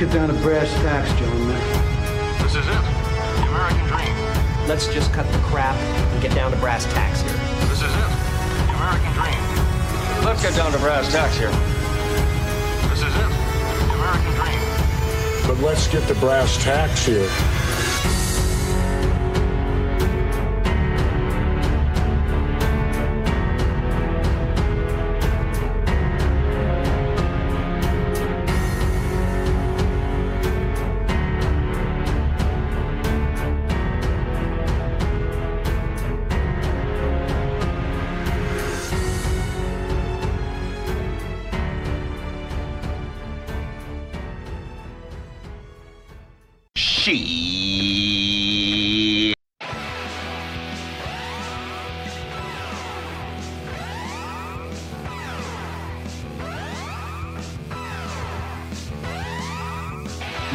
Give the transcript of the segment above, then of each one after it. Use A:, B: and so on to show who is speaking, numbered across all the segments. A: it down to brass tacks, gentlemen.
B: This is it. The American dream.
C: Let's just cut the crap and get down to brass tacks here.
B: This is it. The American dream.
D: Let's get down to brass tacks here.
B: This is it. The American dream.
E: But let's get the brass tacks here.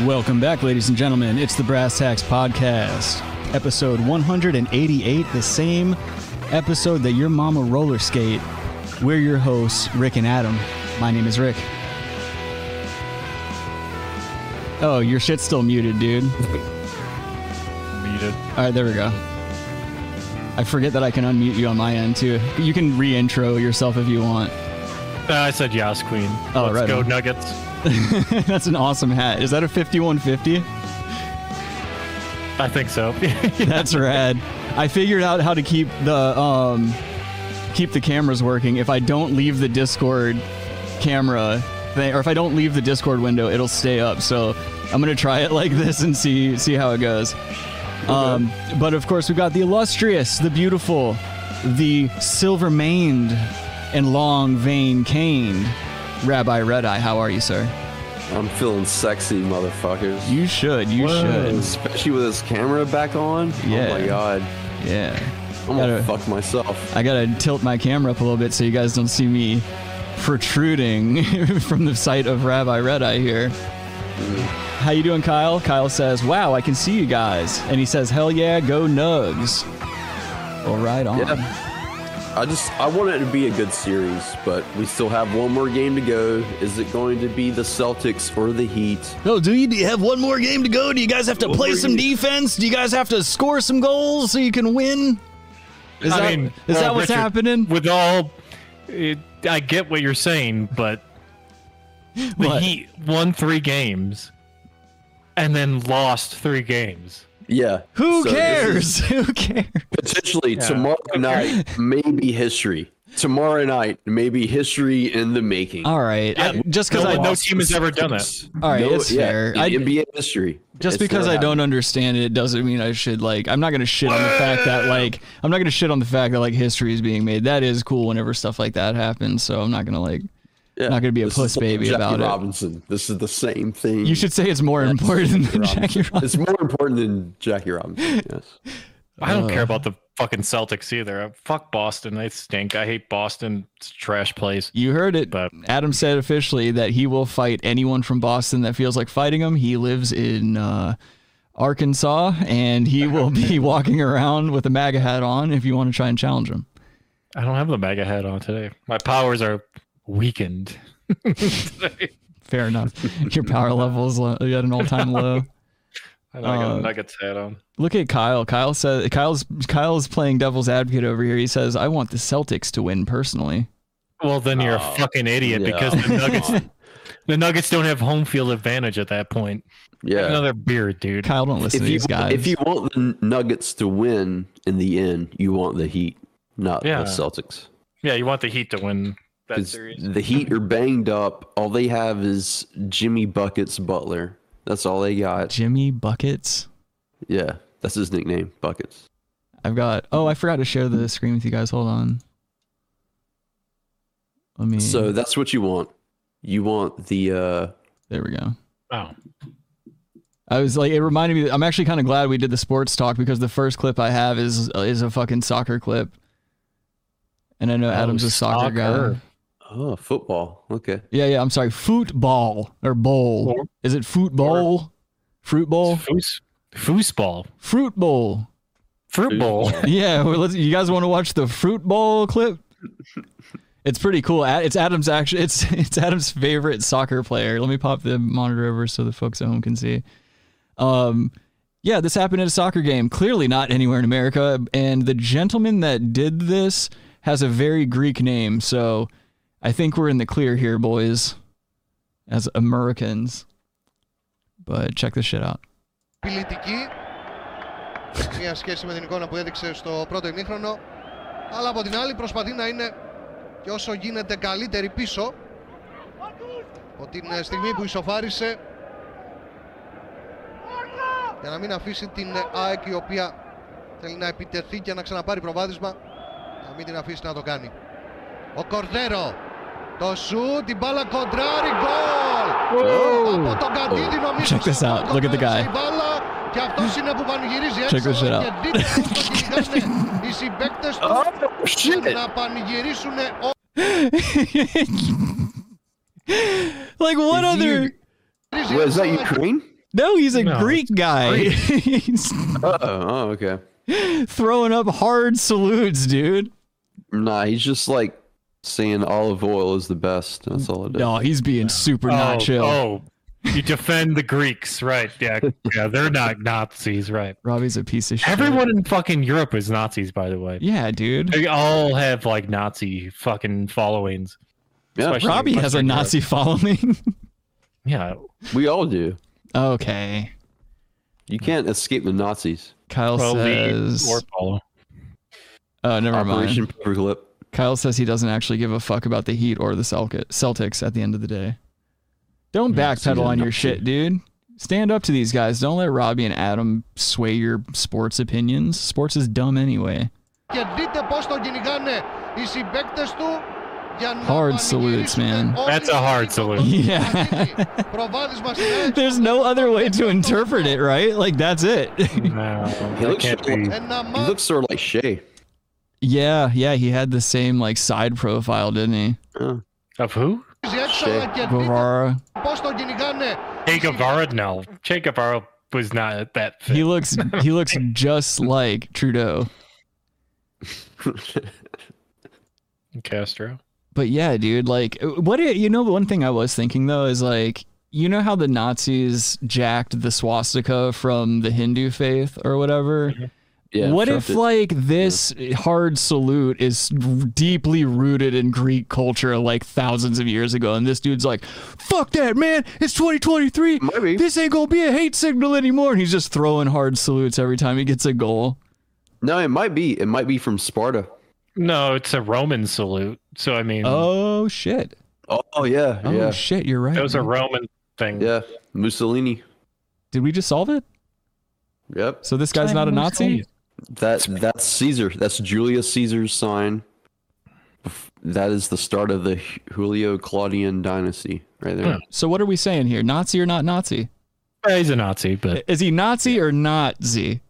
F: Welcome back, ladies and gentlemen. It's the Brass Tacks Podcast, episode 188, the same episode that your mama roller skate. We're your hosts, Rick and Adam. My name is Rick. Oh, your shit's still muted, dude. All
G: Muted.
F: right, there we go. I forget that I can unmute you on my end too. You can re-intro yourself if you want.
G: Uh, I said yes, Queen.
F: Oh,
G: Let's
F: right
G: go
F: on.
G: Nuggets.
F: That's an awesome hat. Is that a 5150?
G: I think so.
F: That's rad. I figured out how to keep the um keep the cameras working. If I don't leave the Discord camera thing or if I don't leave the Discord window, it'll stay up. So I'm gonna try it like this and see see how it goes. Um, but of course we've got the illustrious, the beautiful, the silver maned and long vein caned Rabbi Red Eye, how are you, sir?
H: I'm feeling sexy, motherfuckers.
F: You should, you should.
H: Especially with this camera back on.
F: Yeah.
H: Oh my god.
F: Yeah.
H: I'm gonna
F: Gotta-
H: fuck myself.
F: I gotta tilt my camera up a little bit so you guys don't see me protruding from the sight of Rabbi Red Eye here. How you doing, Kyle? Kyle says, "Wow, I can see you guys," and he says, "Hell yeah, go Nugs!" Well, right on.
H: Yeah. I just I want it to be a good series, but we still have one more game to go. Is it going to be the Celtics or the Heat?
F: No, do you, do you have one more game to go? Do you guys have to play some defense? Do you guys have to score some goals so you can win? Is
G: I
F: that,
G: mean,
F: is
G: uh,
F: that what's
G: Richard,
F: happening?
G: With all, it, I get what you're saying, but the
F: What?
G: Heat won three games and then lost three games.
H: Yeah.
F: Who
H: So this is
F: cares? Who cares?
H: Potentially tomorrow night, maybe history. Tomorrow night, maybe history in the making.
F: All right, I- just because
G: no,
F: I
G: one-
F: know
G: no team has ever done that.
F: All right, it's
H: yeah,
F: fair.
H: in
F: I-
H: NBA history.
F: Just
H: It's
F: because
H: never
F: I don't
H: happened.
F: understand it doesn't mean I should like. I'm not gonna shit on the fact that like. I'm not gonna shit on the fact that like history is being made. That is cool whenever stuff like that happens. So I'm not gonna like.
H: Yeah.
F: not gonna be a
H: This is
F: puss
H: like
F: baby
H: Jackie
F: about it.
H: Robinson. This is the same thing.
F: You should say it's more important than Jackie Robinson.
H: It's more important than Jackie Robinson. Yes.
G: I
F: Oh.
G: don't care about the fucking Celtics either. Uh, Fuck Boston. They stink. I hate Boston. It's a trash place.
F: You heard it.
G: But-
F: Adam said officially that he will fight anyone from Boston that feels like fighting him. He lives in uh, Arkansas and he will be walking around with a MAGA hat on if you want to try and challenge him.
G: I don't have the mega head on today. My powers are weakened.
F: Fair enough. Your power level is lo- at an all time low.
G: I know I got
F: Uh,
G: a Nuggets hat on.
F: Look at Kyle. Kyle says Kyle's Kyle's playing devil's advocate over here. He says, "I want the Celtics to win personally."
G: Well, then you're a fucking idiot
H: yeah.
G: because the Nuggets, the Nuggets don't have home field advantage at that point.
H: Yeah.
G: Another beer, dude.
F: Kyle, don't listen
H: If
F: to
H: you
F: these guys.
H: if you want the Nuggets to win in the end, you want the Heat, not the
G: Yeah.
H: Celtics.
G: Yeah, you want the Heat to win that
H: 'Cause
G: series.
H: the Heat are banged up. All they have is Jimmy Buckets Butler. That's all they got.
F: Jimmy buckets.
H: Yeah. That's his nickname, Buckets.
F: I've got. Oh, I forgot to share the screen with you guys. Hold on. Let me.
H: So that's what you want. You want the uh
F: there we go.
G: Oh,
F: I was like, it reminded me. I'm actually kind of glad we did the sports talk because the first clip I have is is a fucking soccer clip, and I know
G: Oh,
F: Adam's a soccer, guy.
H: oh football. Okay.
F: Yeah, yeah. I'm sorry. Football or bowl?
G: Or-
F: Is it foot bowl? Fruit bowl?
G: Foos, foosball,
F: Fruit bowl.
G: fruit bowl.
F: Yeah, well, let's, you guys want to watch the fruit bowl clip? It's pretty cool. A- It's Adam's actually it's it's Adam's favorite soccer player. Let me pop the monitor over so the folks at home can see. Um yeah, this happened at a soccer game. Clearly not anywhere in America and the gentleman that did this has a very Greek name. So I think we're in the clear here, boys, as Americans. But check this shit out.
I: απειλητική. Μια σχέση με την εικόνα που έδειξε στο πρώτο ημίχρονο. Αλλά από την άλλη προσπαθεί να είναι και όσο γίνεται καλύτερη πίσω. Από την ε, στιγμή που ισοφάρισε για να μην αφήσει την ε, ΑΕΚ η οποία θέλει να επιτεθεί και να ξαναπάρει προβάδισμα να μην την αφήσει να το κάνει. Ο Κορδέρο το σου, την μπάλα κοντράρει, γκολ! Από τον Καντίδη νομίζω
F: Oh. Check this
I: σαν
F: out. Look at the guy.
I: κοντράρει η μπάλα και αυτός είναι που πανηγυρίζει
F: Check
I: έξω
F: this shit
I: και
F: out.
I: δείτε πώς το κυνηγάνε οι συμπαίκτες του να πανηγυρίσουν
F: Like what other
I: όλοι.
H: Wait, is that Ukraine?
F: No, he's a
G: No,
F: Greek guy. he's
H: Uh oh. Okay.
F: throwing up hard salutes, dude.
H: Nah, he's just like saying olive oil is the best. That's all it is.
F: No, he's being super not chill.
G: oh, you defend the Greeks, right? Yeah, yeah, they're not Nazis, right?
F: Robbie's a piece of shit.
G: Everyone in fucking Europe is Nazis, by the way.
F: Yeah, dude.
G: They all have like Nazi fucking followings.
H: Yeah,
G: especially in
F: Robbie has a
G: Western Europe.
F: Nazi following.
G: Yeah,
H: We all do.
F: okay.
H: You can't escape the Nazis.
F: Kyle
G: well, lead
F: says.
G: or follow.
F: oh, never
H: Operation
F: mind.
H: Paperclip.
F: Kyle says he doesn't actually give a fuck about the Heat or the Celtic- Celtics at the end of the day. Don't backpedal on your shit, dude. Stand up to these guys. Don't let Robbie and Adam sway your sports opinions. Sports is dumb anyway.
I: και δείτε πώς τον κυνηγάνε οι συμπαίκτες του για να
F: Hard
I: πανηγυρίσουν
F: salutes, man.
I: όλοι
G: That's a hard
I: στο
G: salute.
F: Yeah.
I: Καντίδη. Προβάδισμα στην ΑΕΚ.
F: There's no other way to interpret it, right? Like that's it.
G: No,
H: He
G: that
H: looks, sort
G: can't be.
H: of like,
I: Ένα
H: he
I: μάτς
H: looks sort of like Shay.
F: yeah, yeah, he had the same like side profile, didn't he?
G: Of who?
I: έξω
H: Shit.
I: αλλά και δείτε
F: Guevara.
I: πώς τον κυνηγάνε
G: Che Guevara? No, Che Guevara was not that. Fit.
F: He looks he looks just like Trudeau.
G: Castro.
F: But yeah, dude, like what i- you know the one thing I was thinking though is like you know how the Nazis jacked the swastika from the Hindu faith or whatever?
H: Yeah.
F: what if
H: shoved it.
F: like this hard salute is deeply rooted in Greek culture like thousands of years ago and this dude's like fuck that man it's 2023
H: Maybe.
F: this ain't gonna be a hate signal anymore and he's just throwing hard salutes every time he gets a goal
H: No, it might be. It might be from Sparta.
G: No, it's a Roman salute. So I mean,
F: oh shit
H: Oh, oh, yeah,
F: oh
H: yeah,
F: shit you're right
G: that was a
F: man.
G: Roman thing.
H: yeah. Mussolini.
F: did we just solve it
H: Yep.
F: so this guy's not a Nazi
H: That that's Caesar. That's Julius Caesar's sign. Bef- That is the start of the Julio Claudian dynasty, right there.
G: Huh.
F: Hmm. so what are we saying here Nazi or not Nazi
G: Yeah, he's a Nazi, but
F: is he Nazi or not Z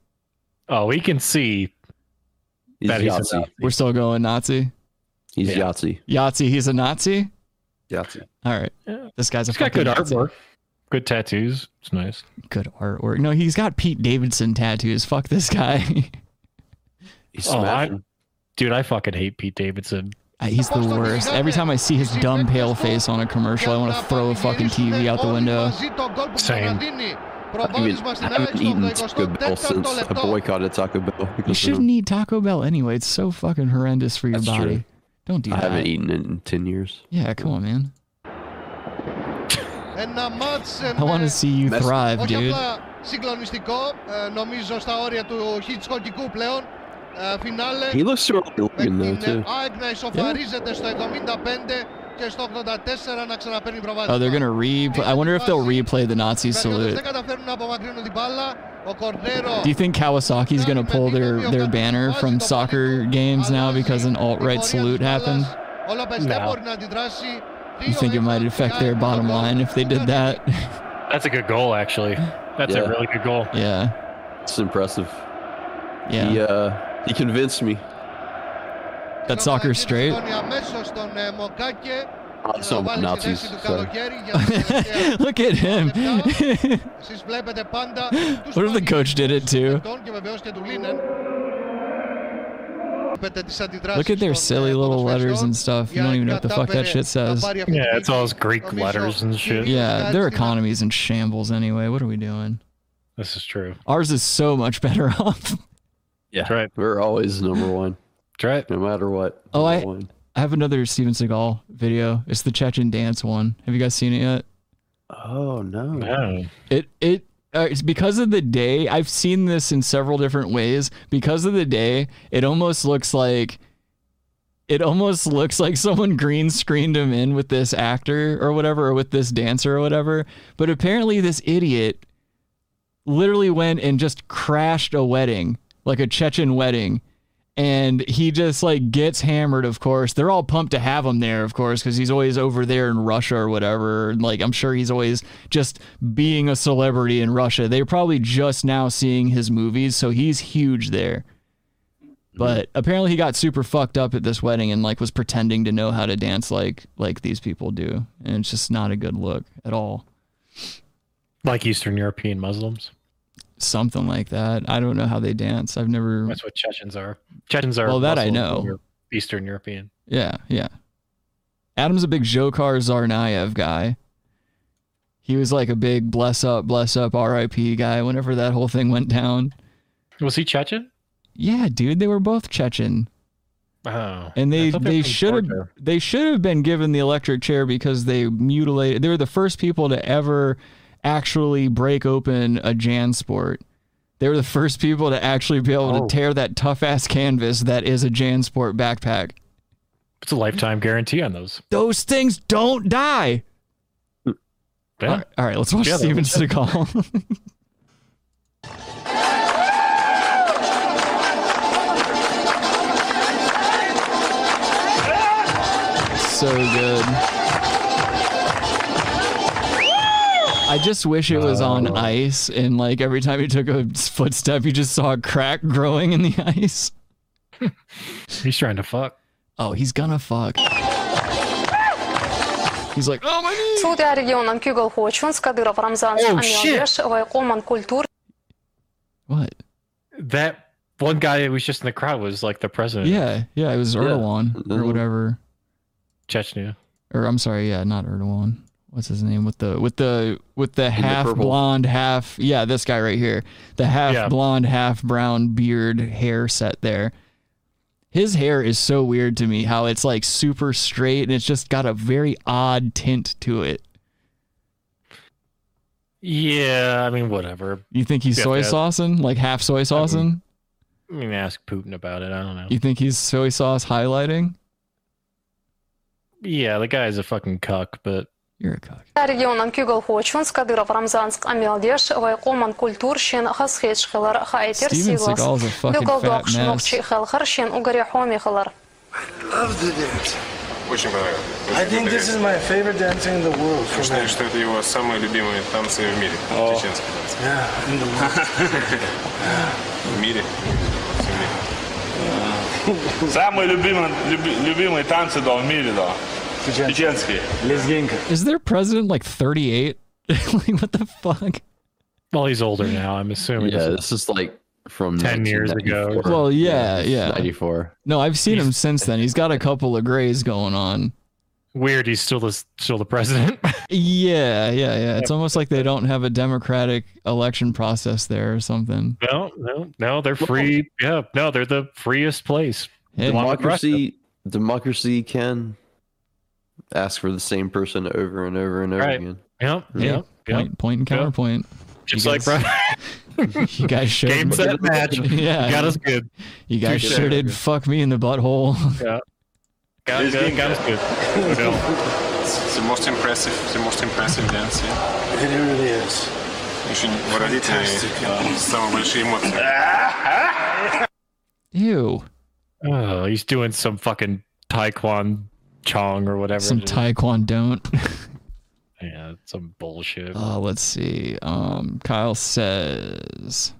G: oh, we can see
H: He's
G: that he's a
H: Yahtzee.
G: Nazi.
F: we're still going Nazi
H: He's
G: Yeah.
H: Yahtzee.
F: Yahtzee he's a Nazi
H: Yahtzee.
F: all right
G: Yeah.
F: this guy's a
G: He's got
F: fucking
G: good
F: Nazi.
G: artwork, good tattoos. It's nice.
F: good artwork. No, he's got Pete Davidson tattoos. Fuck this guy.
H: He's
G: Oh, I-
H: smashing.
G: Dude, I fucking hate Pete Davidson.
F: Uh, He's the worst. Every time I see his dumb pale face on a commercial, I want to throw a fucking TV out the window.
G: Same.
H: I haven't, I haven't eaten Taco Bell since I boycotted Taco Bell. because
F: You
H: of
F: shouldn't
H: him.
F: eat Taco Bell anyway. It's so fucking horrendous for your
H: That's
F: body.
H: true.
F: Don't do
H: I
F: that.
H: haven't eaten it in ten years.
F: Yeah, come on, man.
I: Ένα μάτς
F: I want to see you
H: That's-
F: thrive,
I: όχι
F: dude.
I: απλά συγκλονιστικό ε, νομίζω στα όρια του χιτσκοκικού πλέון ε, φινάλε
H: He looks sort of like
I: με
H: Logan
I: την ε,
H: though too.
I: ΑΕΚ να ισοφαρίζεται στο 75 και στο 84 να ξαναπαίρni προβάδισμα.
F: Oh, they're gonna replay. I wonder if they'll replay the Nazi
I: Βελγιώτες
F: salute.
I: δεν καταφέρνουν να απομακρύνουν την μπάλα. Ο Κορδέρο
F: Do you think Kawasaki's gonna pull their, their banner from soccer games now because an alt right salute happened?
I: Ο Λόπες δεν
G: No.
I: μπορεί να αντιδράσει.
F: You think it might affect their bottom line if they did that?
G: That's a good goal, actually. That's
H: Yeah.
G: a really good goal.
F: yeah.
H: It's impressive.
F: Yeah.
H: He uh, he convinced me.
F: That soccer's straight.
I: Τον αμέσως τον ε, Μοκάκε.
H: I saw
I: Τον βάλει στη
H: Nazis.
I: θέση του
H: So.
I: καλοκαίρι για τα τελευταία.
F: Look at him.
I: Εσείς βλέπετε πάντα τους
F: what if the coach did it too?
I: Τον και βεβαίως και του Λίνεν. βλέπετε τις αντιδράσεις
F: Look at their
I: των,
F: silly
I: ε, των
F: little letters
I: ασφαλιστών
F: and stuff. You
I: για
F: don't even know what the fuck that
I: κατάφερε
F: shit
I: να
F: says.
I: πάρει αυτή
G: Yeah,
I: την
G: it's all those Greek
I: Νομίζω
G: letters and shit.
I: κυρίως
F: Yeah, their
I: κάτι στην
F: economy's in shambles anyway. What are we doing?
G: This is true.
F: Ours is so much better off.
H: Yeah.
G: That's right.
H: We're always number one,
G: That's right.
H: no matter what.
F: Oh,
H: number
F: I-
H: one.
F: I have another Steven Seagal video. It's the Chechen dance one. Have you guys seen it yet?
H: Oh, no.
G: Yeah.
F: It it uh, it's because of the day. I've seen this in several different ways. Because of the day, it almost looks like it almost looks like someone green screened him in with this actor or whatever, or with this dancer or whatever. But apparently, this idiot literally went and just crashed a wedding, like a Chechen wedding. And he just like gets hammered, of course. They're all pumped to have him there, of course, because he's always over there in Russia or whatever. And like, I'm sure he's always just being a celebrity in Russia. They're probably just now seeing his movies, so he's huge there. But apparently he got super fucked up at this wedding and like was pretending to know how to dance like like these people do. And it's just not a good look at all.
G: Like Eastern European Muslims.
F: Something like that. I don't know how they dance. I've never
G: That's what Chechens are. Chechens are.
F: Well, that I
G: Muslims,
F: know.
G: but they're Eastern European.
F: Yeah, yeah. Adam's a big Jokar Tsarnaev guy. He was like a big bless up, bless up, RIP guy whenever that whole thing went down.
G: Was he Chechen?
F: Yeah, dude, they were both Chechen.
G: Oh.
F: And
G: I
F: they
G: thought
F: they
G: were from
F: should have
G: Georgia.
F: they should have been given the electric chair because they mutilated they were the first people to ever actually break open a Jansport. They were the first people to actually be able
G: Oh.
F: to tear that tough ass canvas that is a Jansport backpack.
G: It's a lifetime guarantee on those.
F: Those things don't die.
G: Yeah.
F: All right, all right, let's watch
G: Yeah,
F: Steven Seagal. so good. I just wish it was on ice, and like every time he took a footstep, you just saw a crack growing in the ice.
G: He's trying to fuck.
F: Oh, he's gonna fuck. He's like, oh my knee.
J: Судья региона Кюгал Хочунс, Кадыров Рамзан Амиалеш, Вайкоман Культур.
F: What?
G: That one guy that was just in the crowd was like the president yeah.
F: Yeah, yeah, it was Erdogan or
H: Mhm.
F: whatever.
G: Chechnya.
F: Or I'm sorry, yeah, not Erdogan. What's his name with the with the with the half
H: purple.
F: blonde, half yeah, this guy right here, the half
G: Yeah.
F: blonde, half brown beard hair set there. His hair is so weird to me. How it's like super straight and it's just got a very odd tint to it.
G: Yeah, I mean, whatever.
F: You think he's
G: Yeah,
F: soy
G: yeah.
F: saucing, like half soy saucing?
G: I mean, ask Putin about it. I don't know.
F: You think he's soy sauce highlighting?
G: Yeah, the guy's a fucking cuck, but
F: You're a cuck.
J: Судья региона Кюгал Хочунс, Кадыров Рамзан Амиалеш, Вайкоман Культур, Шен Хасхедж Хелар Хайтер
F: Steven
J: Сиглас.
F: Seagal's a fucking
J: Бюгал
F: fat
J: Докш
F: mess.
J: Мокчи Хелхар, Шен Угаре Хоми Хелар.
A: Love the dance.
B: Очень понравилось.
A: I think this is my favorite dancer in the world.
B: Я считаю, что это его самые любимые танцы в мире. Чеченские танцы.
A: Yeah, in the world.
B: В мире. Во всем мире.
K: Самые любимые, люби- любимые танцы да, в мире, да. Чеченские.
A: Лезгинка.
F: Is their president like 38? like what the fuck?
G: well, he's older now. I'm assuming.
H: Yeah, this is like from
G: 10 years ago.
H: 1994.
F: Well, yeah,
H: this is
F: yeah.
H: 94.
F: No, I've seen him since then. He's got a couple of grays going on.
G: Weird. He's still the still the president.
F: Yeah, yeah, yeah. It's almost like they don't have a democratic election process there or something.
G: no, no, no. They're free. Yeah, no, they're the freest place.
F: Hey,
G: Along with Russia.
H: Democracy, democracy can ask for the same person over and over and over
G: Right.
H: again.
G: Yep,
F: hey,
G: yep, yep.
F: point- point and
G: Yep.
F: counterpoint.
G: Just
F: you
G: like
F: guys- You guys showed
G: game set match.
F: Yeah,
G: Got us good.
F: you guys
G: touche.
F: sure did fuck me in the butthole.
G: Got,
K: This
G: got,
K: game-
G: got us good. No,
B: It's the most impressive, the most impressive dance. yeah.
A: It really is.
B: Очень выразительные, э, самые большие эмоции.
F: Ew.
G: Oh, he's doing some fucking Taekwon Chong or whatever.
F: Some
G: it is.
F: taekwondo.
G: Yeah, some bullshit.
F: Uh, let's see. Um, Kyle says,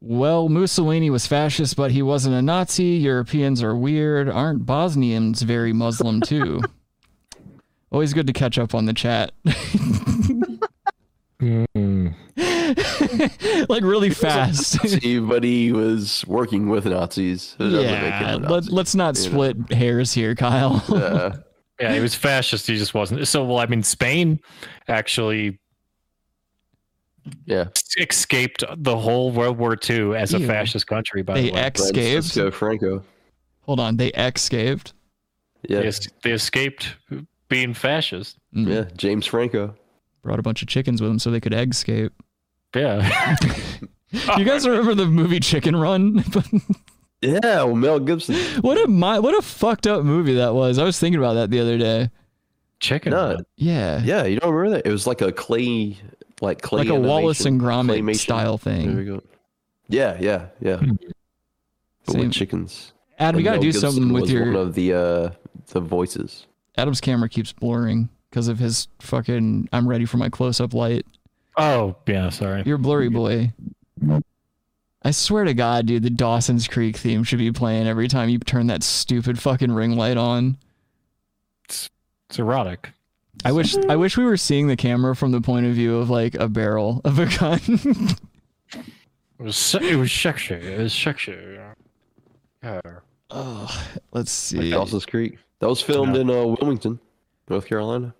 F: "Well, Mussolini was fascist, but he wasn't a Nazi. Europeans are weird. Aren't Bosnians very Muslim too?" Always good to catch up on the chat.
G: Mm.
F: like really fast.
H: See, but he was working with Nazis. It doesn't make him
F: yeah,
H: a
F: let,
H: Nazi.
F: let's not split hairs here, Kyle.
H: Yeah.
G: Yeah, he was fascist. He just wasn't. So, well, I mean, Spain actually
H: yeah.
G: escaped the whole World War II as a
F: Ew.
G: fascist country. By
F: they
G: the way,
F: escaped.
H: Francisco Franco.
F: Hold on, they escaped.
H: Yeah.
G: they, es- they escaped being fascist.
F: Mm.
H: Yeah. James Franco.
F: Brought a bunch of chickens with them so they could escape.
G: Yeah,
F: You guys remember the movie Chicken Run?
H: Yeah. Well, Oh, Mel Gibson.
F: what a mi- what a fucked up movie that was. I was thinking about that the other day.
G: chicken.
H: No.
G: run.
F: Yeah,
H: Yeah. You don't remember that? It was like a clay, like clay.
F: like a Wallace and
H: animation-
F: Gromit
H: claymation.
F: style
H: There we
F: thing. Hmm.
H: go. Yeah. Yeah. Yeah. But
F: Same.
H: with chickens.
F: Adam, we
H: And
F: gotta
H: Mel
F: do
H: Gibson
F: something with
H: was
F: your
H: one of the uh, the voices.
F: Adam's camera keeps blurring because of his fucking. I'm ready for my close up light.
G: Oh, yeah. Sorry.
F: You're blurry boy. I swear to God, dude, the Dawson's Creek theme should be playing every time you turn that stupid fucking ring light on.
G: It's erotic.
F: I wish I wish we were seeing the camera from the point of view of like a barrel of a gun.
G: It was. se- It was sexy. It was sexy. Yeah.
F: oh, let's
H: Like
F: see.
H: Dawson's Creek. That was filmed in uh, Wilmington, North Carolina.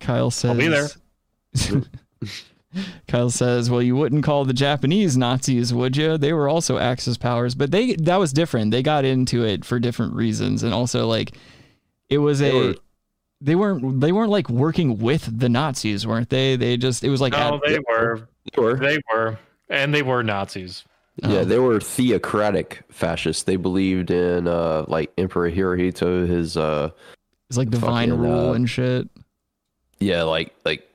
F: Kyle says.
G: be
F: Kyle says, "Well, you wouldn't call the Japanese Nazis, would you? They were also Axis powers, but they that was different. They got into it for different reasons, and also like it was
H: They
F: a."
H: were-
F: They weren't. They weren't like working with the Nazis, weren't they? They just. It was like.
G: No,
F: ad-
G: they were.
H: They were.
G: They were, and they were Nazis.
F: Um,
H: Yeah, they were theocratic fascists. They believed in uh like Emperor Hirohito, his uh
F: it's like divine
H: fucking,
F: rule
H: uh,
F: and shit.
H: yeah, like like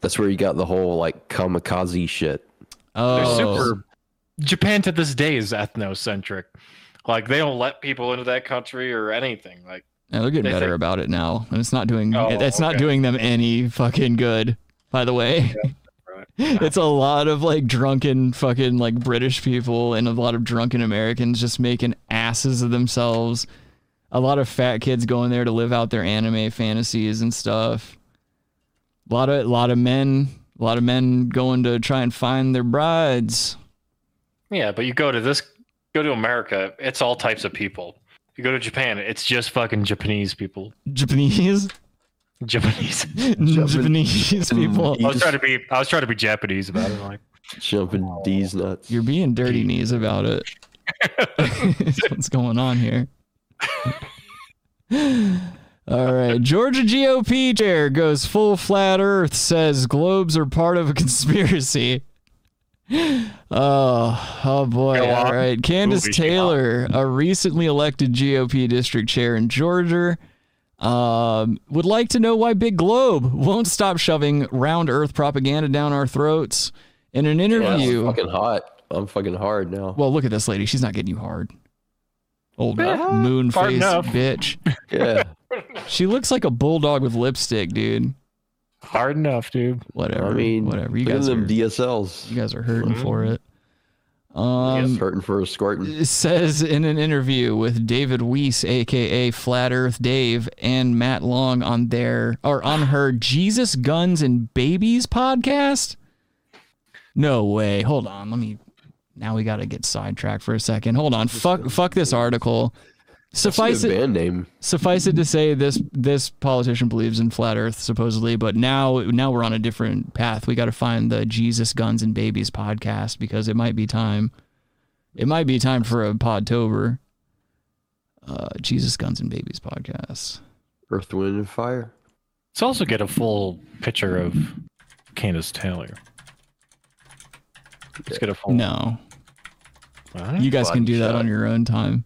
H: that's where you got the whole like kamikaze shit.
G: They're
F: Oh,
G: super. Japan to this day is ethnocentric. Like they don't let people into that country or anything. Like
F: Yeah, they're getting
G: they
F: better
G: think-
F: about it now, and it's not doing.
G: Oh,
F: it's not
G: okay.
F: doing them any fucking good. By the way,
G: right.
F: it's a lot of like drunken fucking like British people and a lot of drunken Americans just making asses of themselves. A lot of fat kids going there to live out their anime fantasies and stuff. A lot of lot of men, a lot of men going to try and find their brides.
G: yeah, but you go to this, go to America, it's all types of people. You go to Japan, it's just fucking Japanese people.
F: Japanese,
G: Japanese.
F: Japanese people.
H: Mm,
G: I was trying to be. I was trying to be Japanese about it. Like
H: Jumping D's nuts.
F: You're being dirty knees about it. That's What's going on here? All right. Georgia GOP chair goes full flat earth, says globes are part of a conspiracy. Oh, oh boy.
G: Go on.
F: All right. Candace
G: Movie, go on.
F: Taylor, a recently elected GOP district chair in Georgia, um, would like to know why Big Globe won't stop shoving round earth propaganda down our throats. In an
H: Yeah, I'm
F: interview,
H: fucking hot. I'm fucking hard now.
F: well, look at this lady. She's not getting you hard. Old moon
G: hard
F: face
G: enough.
F: bitch.
H: yeah.
F: She looks like a bulldog with lipstick, dude.
G: hard enough, dude.
F: Whatever.
H: I mean
F: whatever. You
H: look at
F: guys,
H: them
F: are,
H: DSLs.
F: you guys are hurting for it.
H: Yes,
F: Um,
H: hurting for a squirting.
F: it says in an interview with David Weiss, aka Flat Earth Dave, and Matt Long on their or on her Jesus Guns and Babies podcast. No way. Hold on. Let me. Now we got to get sidetracked for a second. Hold on. Fuck. Fuck this article.
H: That's
F: Suffice
H: a
F: it.
H: good band name.
F: suffice it to say this this politician believes in flat earth supposedly but now now we're on a different path we got to find the jesus guns and babies podcast because it might be time it might be time for a podtober uh jesus guns and babies podcast
H: Earth, Wind, and Fire.
G: Let's also get a full picture of Candace Taylor. Let's get a full.
F: no
G: Huh?
F: you guys can do that
H: Body
F: on your own time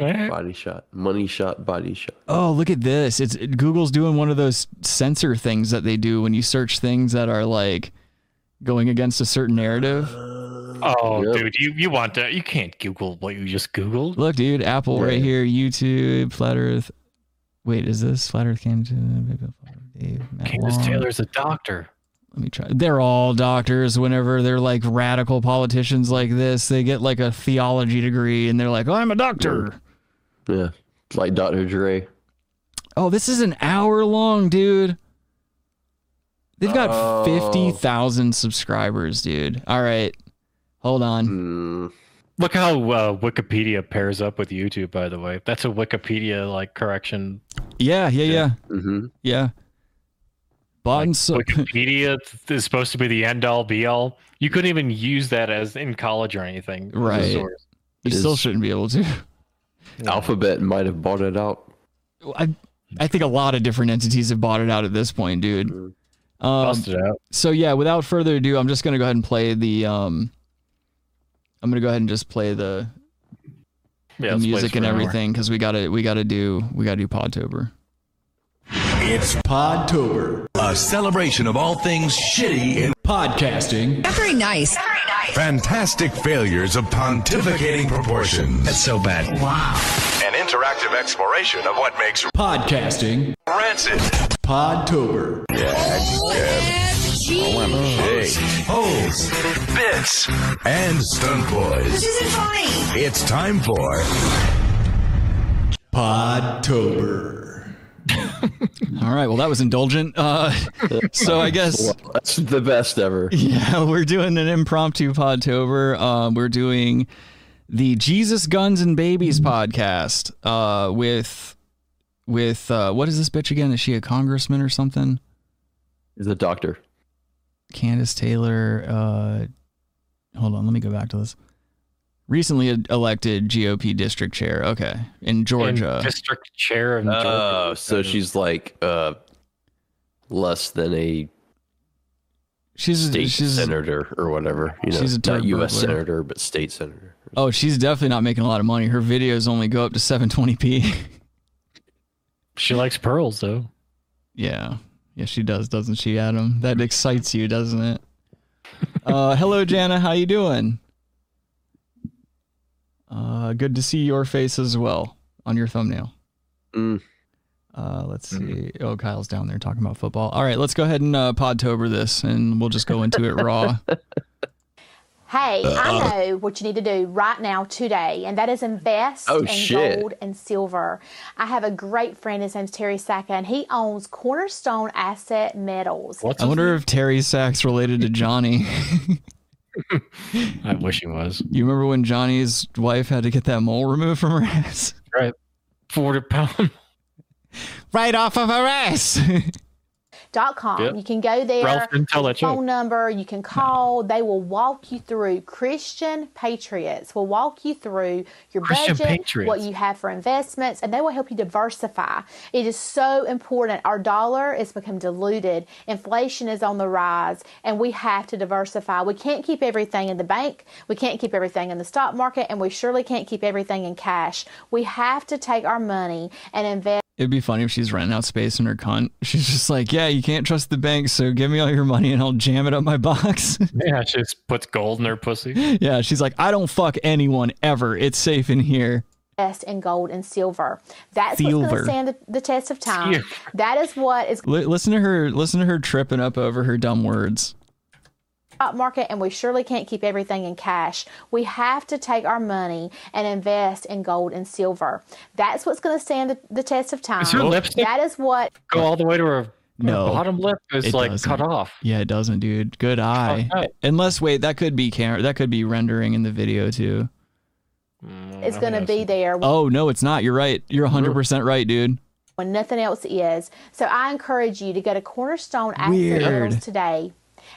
G: Eh,
H: Body shot. Money shot, body shot.
F: oh look at this it's it- google's doing one of those censor things that they do when you search things that are like going against a certain narrative
G: Oh,
H: Yep.
G: dude, you, you want that? You can't Google what you just Googled.
F: Look, dude, Apple right here, YouTube, Flat Earth. Wait, is this Flat Earth Canada? Maybe Flat Earth Dave, Matt
G: Candace
F: Long.
G: Taylor's a doctor.
F: Let me try. They're all doctors. Whenever they're like radical politicians like this, they get like a theology degree and they're like, oh, I'm a doctor.
H: Yeah. Like Dr. Dre.
F: Oh, this is an hour long, dude. They've got
H: Oh.
F: 50,000 subscribers, dude. All right. Hold on.
G: Look how uh, Wikipedia pairs up with YouTube, by the way. That's a Wikipedia like correction.
F: Yeah, yeah, yeah.
H: Mm-hmm.
F: Yeah. Bought and sold.
G: Wikipedia is supposed to be the end all be all. You couldn't even use that as in college or anything. as a
F: Right.
G: source.
F: You still
H: is-
F: shouldn't be able to.
H: Alphabet might have bought it out.
F: I, I think a lot of different entities have bought it out at this point, dude. Um,
G: Busted out.
F: so yeah, without further ado, I'm just gonna go ahead and play the. Um, I'm gonna go ahead and just play the,
G: Yeah,
F: the
G: let's play this
F: music and
G: for an hour.
F: everything because we gotta we gotta do we gotta do Podtober.
L: It's Podtober, a celebration of all things shitty in podcasting.
M: Very nice.
L: Fantastic failures of pontificating proportions. That's so bad. Wow.
N: An interactive exploration of what makes
L: Podcasting.
N: rancid.
L: Podtober. Holes. Bits. And stunt boys. This isn't funny. It's time for Podtober.
F: All right, well that was indulgent. Uh, so I guess
H: that's the best ever.
F: Yeah, we're doing an impromptu podtober. Um, we're doing the Jesus Guns and Babies podcast uh, with with uh, what is this bitch again? Is she a congressman or something?
H: Is a doctor.
F: Candace Taylor. Uh, hold on, let me go back to this. Recently e- elected GOP district chair. Okay, in Georgia.
G: And district chair of Georgia.
H: Oh, so she's like uh, less than a
F: she's
H: state
F: she's
H: senator or whatever. You know,
F: she's a
H: not
F: turd
H: U.S.
F: burglar.
H: senator, but state senator.
F: oh, she's definitely not making a lot of money. Her videos only go up to 720p.
G: She likes pearls though.
F: Yeah. Yeah, she does, doesn't she, Adam? That excites you, doesn't it? Uh, hello, Jana. How you doing? Uh, good to see your face as well on your thumbnail.
H: Mm.
F: Uh, let's see. Oh, Kyle's down there talking about football. All right, let's go ahead and uh, podtober this, and we'll just go into it raw.
O: Hey,
F: Uh.
O: I know what you need to do right now today, and that is invest
F: Oh,
O: in
F: shit.
O: gold and silver. I have a great friend. His name's Terry Saka, and he owns Cornerstone Asset Metals.
F: I wonder if Terry Sachs related to Johnny.
G: I wish he was.
F: You remember when Johnny's wife had to get that mole removed from her ass?
G: Right. 40 pound.
F: Right off of her ass.
O: dot com.
F: Yep.
O: You can go there.
F: Ralph didn't tell that
O: phone
F: joke.
O: number. You can call. They will walk you through. Christian Patriots will walk you through your
P: Christian
O: budget,
P: Patriots.
O: what you have for investments, and they will help you diversify. It is so important. Our dollar has become diluted. Inflation is on the rise, and we have to diversify. We can't keep everything in the bank. We can't keep everything in the stock market, and we surely can't keep everything in cash. We have to take our money and invest.
F: It'd be funny if she's renting out space in her cunt. She's just like, yeah, you can't trust the bank, so give me all your money and I'll jam it up my box.
G: Yeah, she just puts gold in her pussy.
F: yeah, she's like, I don't fuck anyone ever. It's safe in here.
O: invest in gold and silver. That's what's going
F: Silver.
O: to stand the, the test of time.
F: Silver.
O: That is what is
F: Li- listen to her. Listen to her tripping up over her dumb words.
O: stock market, and we surely can't keep everything in cash. We have to take our money and invest in gold and silver. That's what's going to stand the, the test of time.
G: Is her lipstick-
O: That is what
G: Go all the way to her, her
F: No,
G: bottom lip is
F: it
G: like cut
F: doesn't.
G: off.
F: Yeah, it doesn't, dude. Good eye.
G: up.
F: Unless, wait, that could be camera. That could be rendering in the video too.
O: is going to be there.
F: Oh no, it's not. You're right. You're 100 percent right, dude.
O: when nothing else is. So I encourage you to go to Cornerstone Asset
F: Weird.
O: Metals today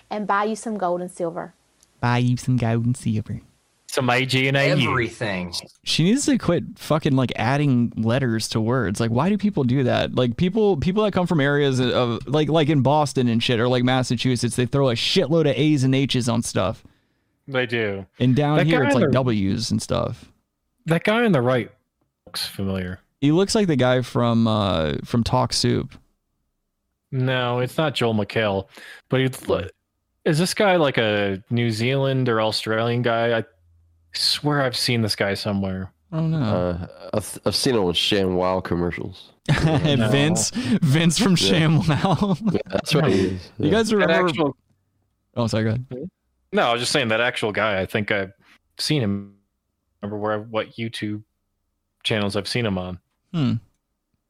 O: and buy you some gold and silver.
F: Buy you some gold and silver.
G: Some AG and AU.
C: Everything.
F: She needs to quit fucking like adding letters to words. Like, why do people do that? Like, people people that come from areas of like like in Boston and shit, or like Massachusetts, they throw a shitload of A's and H's on stuff.
G: They do.
F: And down
G: That
F: here,
G: guy
F: it's
G: on
F: like
G: the-
F: W's and stuff.
G: That guy on the right looks familiar.
F: He looks like the guy from uh from Talk Soup.
G: No, it's not Joel McHale, but he is this guy like a New Zealand or Australian guy? I swear I've seen this guy somewhere.
F: Oh no.
H: Uh, I've, I've seen it on Sham Wow commercials.
G: No.
F: Vince Vince from
H: Yeah.
F: ShamWow.
H: Yeah, that's what it is.
F: You guys
G: That
F: remember?
G: actual-
F: oh, sorry. Go ahead.
G: No, I was just saying that actual guy. I think I've seen him. Remember where what YouTube channels I've seen him on?
F: Hmm.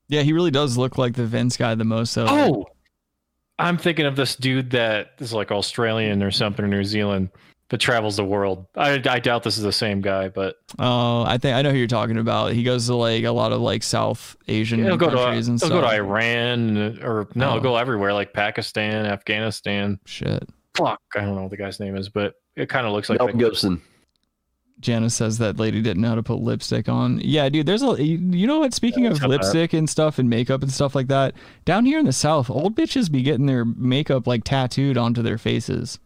F: Yeah, he really does look like the Vince guy the most. Though.
G: Oh, I'm thinking of this dude that is like Australian or something or New Zealand that travels the world. I, I doubt this is the same guy, but
F: Oh, I think I know who you're talking about. He goes to like a lot of like South Asian
G: he'll go to
F: countries and
G: he'll
F: stuff.
G: go to Iran or no, he'll
F: Oh.
G: go everywhere like Pakistan, Afghanistan.
F: Shit.
G: Fuck, I don't know what the guy's name is, but it kind of looks like
H: Mel
G: that-
H: Gibson.
F: Janice says that lady didn't know how to put lipstick on. Yeah, dude, there's a you you know what? Speaking of
G: shut up.
F: lipstick and stuff and makeup and stuff like that, down here in the South, old bitches be getting their makeup like tattooed onto their faces.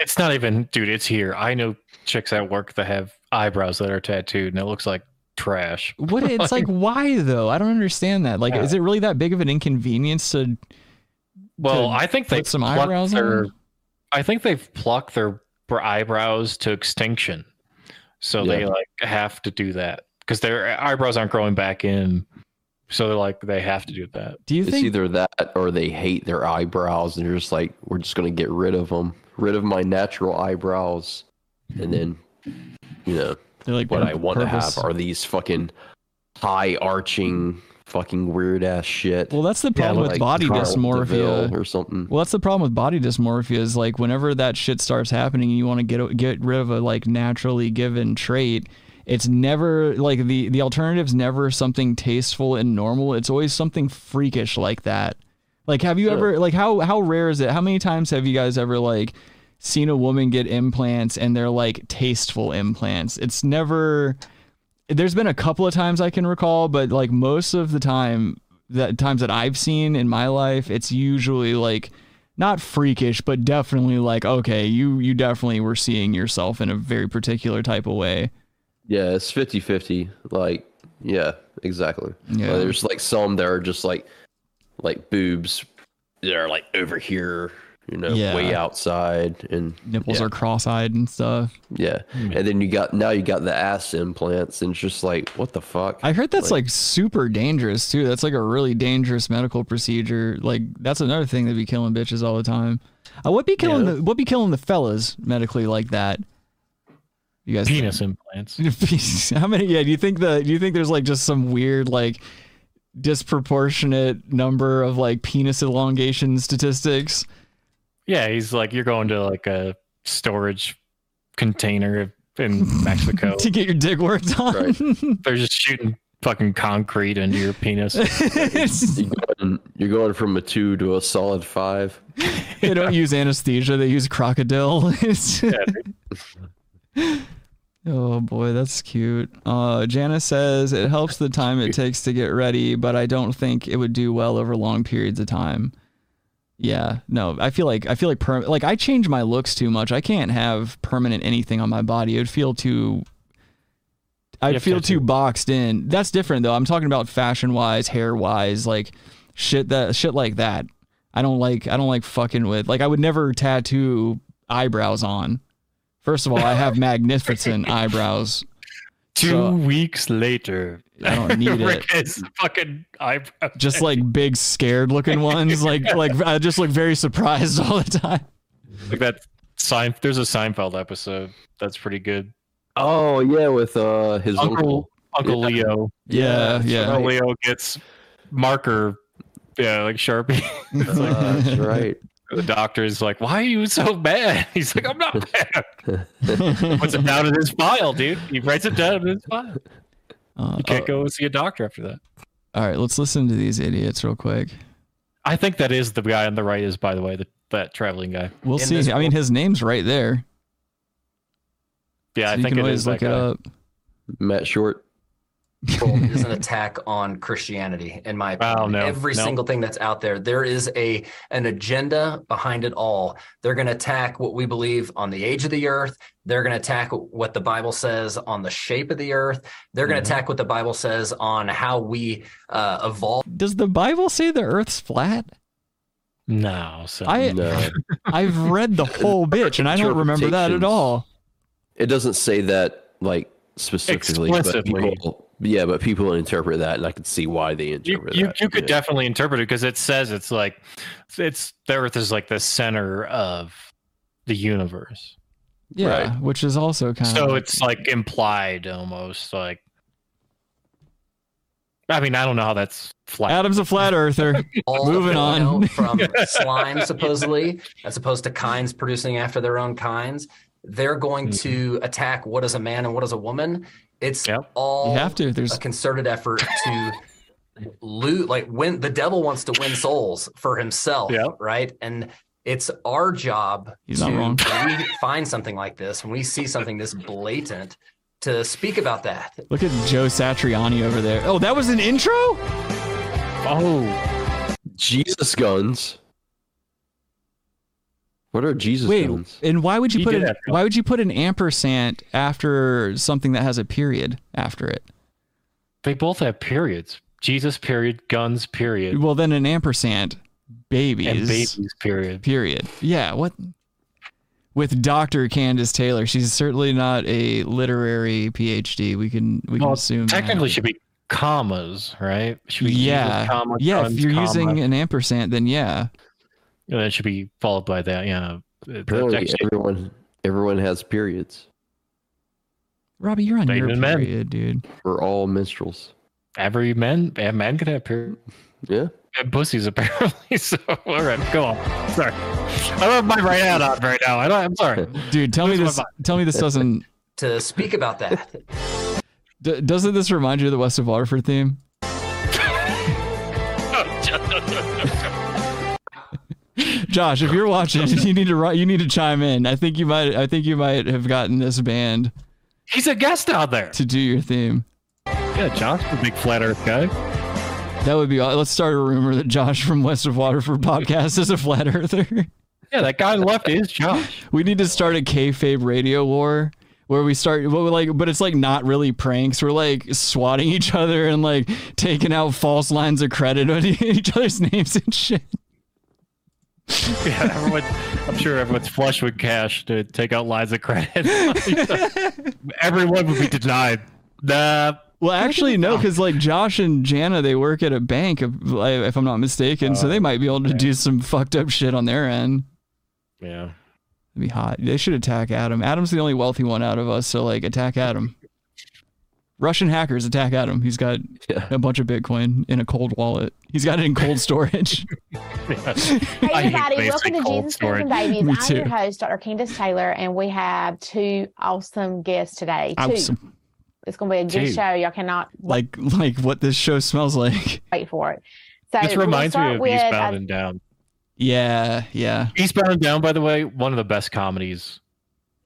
G: It's not even, dude. It's here. I know chicks at work that have eyebrows that are tattooed, and it looks like trash.
F: What it's like? Why though? I don't understand that. Like,
G: Yeah.
F: is it really that big of an inconvenience to?
G: Well,
F: to
G: I think they
F: put some
G: plucked
F: eyebrows
G: their,
F: on?
G: I think they've plucked their br- eyebrows to extinction, so they
H: Yeah.
G: like have to do that because their eyebrows aren't growing back in. So they're like they have to do that.
F: Do you
H: it's
F: think-
H: either that or they hate their eyebrows and they're just like, we're just gonna get rid of them, rid of my natural eyebrows, and then, you know,
F: Mm-hmm. They're like
H: what
F: pur-
H: I want to have
F: purpose-
H: are these fucking high arching, fucking weird ass shit.
F: Well, that's the problem with body
H: Carl
F: dysmorphia.
H: DeVille or something.
F: Well, that's the problem with body dysmorphia is like whenever that shit starts happening and you want to get get rid of a like naturally given trait, it's never like the the alternative's never something tasteful and normal. It's always something freakish like that. Like have you ever like how how rare is it? How many times have you guys ever like seen a woman get implants and they're like tasteful implants? It's never there's been a couple of times I can recall, but like most of the time, the times that I've seen in my life, it's usually like not freakish, but definitely like okay, you you definitely were seeing yourself in a very particular type of way.
H: Yeah, it's 50 50. Like, yeah, exactly.
F: Yeah.
H: But there's like some that are just like, like boobs that are like over here, you know,
F: Yeah.
H: way outside. And
F: Nipples
H: yeah,
F: are cross-eyed and stuff.
H: Yeah.
F: Hmm.
H: And then you got, now you got the ass implants and it's just like, what the fuck?
F: I heard that's like, super dangerous too. That's like a really dangerous medical procedure. Like that's another thing that be killing bitches all the time. Uh, what be killing the what be killing the fellas medically like that? You guys
G: Penis implants.
F: How many? Yeah. Do you think the? Do you think there's like just some weird like disproportionate number of like penis elongation statistics?
G: Yeah, he's like you're going to like a storage container in Mexico
F: To get your dick worked on.
G: They're just shooting fucking concrete into your penis.
H: And you're going from a two to a solid five.
F: They don't use anesthesia. They use crocodile. It's- oh boy, that's cute. Uh, Janice says it helps the time it takes to get ready, but I don't think it would do well over long periods of time. Yeah, no, I feel like I feel like perm- like I change my looks too much. I can't have permanent anything on my body. It would feel too. I
G: You have to
F: feel
G: have
F: too boxed in. That's different though. I'm talking about fashion wise, hair wise, like shit that shit like that. I don't like I don't like fucking with like I would never tattoo eyebrows on. First of all, I have magnificent eyebrows.
G: Two weeks later,
F: I don't need it.
G: Rick has fucking eyebrow.
F: Just like big scared looking ones, like like I just look very surprised all the time.
G: like that. Sein, there's a Seinfeld episode that's pretty good.
H: Oh, yeah, with uh his
G: Uncle-
H: uncle.
G: Uncle
H: Yeah.
G: Leo.
F: Yeah,
H: that's
F: yeah.
H: right.
G: Leo gets marker, yeah, like Sharpie. It's like-
H: Uh, that's right.
G: the doctor is like, "Why are you so bad?" He's like, "I'm not bad." Puts it down in his file, dude. He writes it down in his file.
F: Uh,
G: You can't go see a doctor after that.
F: all right, let's listen to these idiots real quick.
G: I think that is the guy on the right. Is by the way the, that traveling guy.
F: We'll see. I mean, his name's right there.
G: Yeah, I
F: you
G: think
F: can
G: it
F: always
G: is
F: look
G: that
F: it
G: guy.
F: up.
H: Matt Short.
M: It is an attack on Christianity, in my opinion.
G: no,
M: Every
G: no.
M: single thing that's out there, there is a an agenda behind it all. They're going to attack what we believe on the age of the earth. They're going to attack what the Bible says on the shape of the earth. They're
G: Mm-hmm.
M: going to attack what the Bible says on how we uh, evolve.
F: Does the Bible say the Earth's flat?
G: No, so
F: I I've read the whole bitch, and I don't remember that at all.
H: It doesn't say that like specifically, but
G: Explicitly.
H: people, yeah, but people interpret that, and I can see why they interpret
G: you,
H: that.
G: you could definitely interpret it because it says it's like it's the earth is like the center of the universe
F: Yeah, which is also kind
G: so
F: of
G: it's like implied almost like I mean, I don't know how that's flat.
F: Adam's a flat earther.
M: All the
F: Moving on.
M: fallout from slime, supposedly, as opposed to kinds producing after their own kinds. They're going to attack what is a man and what is a woman. It's all
F: Mm-hmm. You have to. There's-
M: a concerted effort to loot, like win. The devil wants to win souls for himself, right? And it's our job
F: He's
M: to
F: not wrong.
M: when we find something like this, when we see something this blatant, to speak about that.
F: Look at Joe Satriani over there. Oh, that was an intro?
G: Oh.
H: Jesus guns. What are Jesus
F: Wait,
H: guns?
F: and why would you
H: He
F: put
H: did
F: an,
H: have-
F: why would you put an ampersand after something that has a period after it?
G: They both have periods. Jesus period, guns period,
F: Well, then an ampersand, babies,
G: and babies period.
F: period. Yeah, what? With Dr. Candace Taylor, she's certainly not a literary PhD. We can we can
G: Well,
F: assume that.
G: technically should be commas, right? Should be Jesus,
F: yeah,
G: comma,
F: yeah.
G: guns,
F: if you're
G: comma.
F: using an ampersand, then yeah,
G: And that should be followed by that. Yeah. The- the
H: Apparently
G: text-
H: everyone everyone has periods.
F: Robbie, you're on
G: Even
F: your
G: men.
F: period, dude.
H: We're all minstrels.
G: Every man, a man can have periods.
H: Yeah.
G: And pussies apparently. So all right, go on. Sorry, I don't have my right hat on right now. I don't, I'm sorry.
F: Dude, tell me
G: my
F: this.
G: mind.
F: Tell me this doesn't.
M: To speak about that.
F: D- doesn't this remind you of the West of Waterford theme? Josh, if you're watching, you need to ri- you need to chime in. I think you might I think you might have gotten this band
G: He's a guest out there.
F: to do your theme.
G: Yeah, Josh, the big flat Earth guy.
F: That would be aw- let's start a rumor that Josh from West of Waterford podcast is a flat earther.
G: Yeah, that guy left is Josh.
F: We need to start a kayfabe radio war where we start well, we're like but it's like not really pranks. We're like swatting each other and like taking out false lines of credit on each other's names and shit.
G: Yeah, everyone, I'm sure everyone's flush with cash to take out lines of credit. everyone would be denied. Nah.
F: Well, actually, no, because like Josh and Jana, they work at a bank, if if I'm not mistaken,
G: Uh,
F: so they might be able to do some fucked up shit on their end.
G: Yeah.
F: It'd be hot. They should attack Adam. Adam's the only wealthy one out of us, so like attack Adam. Russian hackers attack Adam. He's got a bunch of Bitcoin in a cold wallet. He's got it in cold storage.
O: Hey everybody, welcome to Jesus Freaks and Babies.
F: Me
O: I'm
F: too.
O: your host, Dr. Candace Taylor, and we have two awesome guests today. Two.
F: Awesome.
O: It's going to be a good
F: Two.
O: show. Y'all cannot
F: Like like what this show smells like.
O: wait for it. So
G: this
O: we're gonna
G: reminds me
O: start
G: of
O: with, uh,
G: Eastbound and Down.
F: Yeah, yeah.
G: Eastbound and Down, by the way, one of the best comedies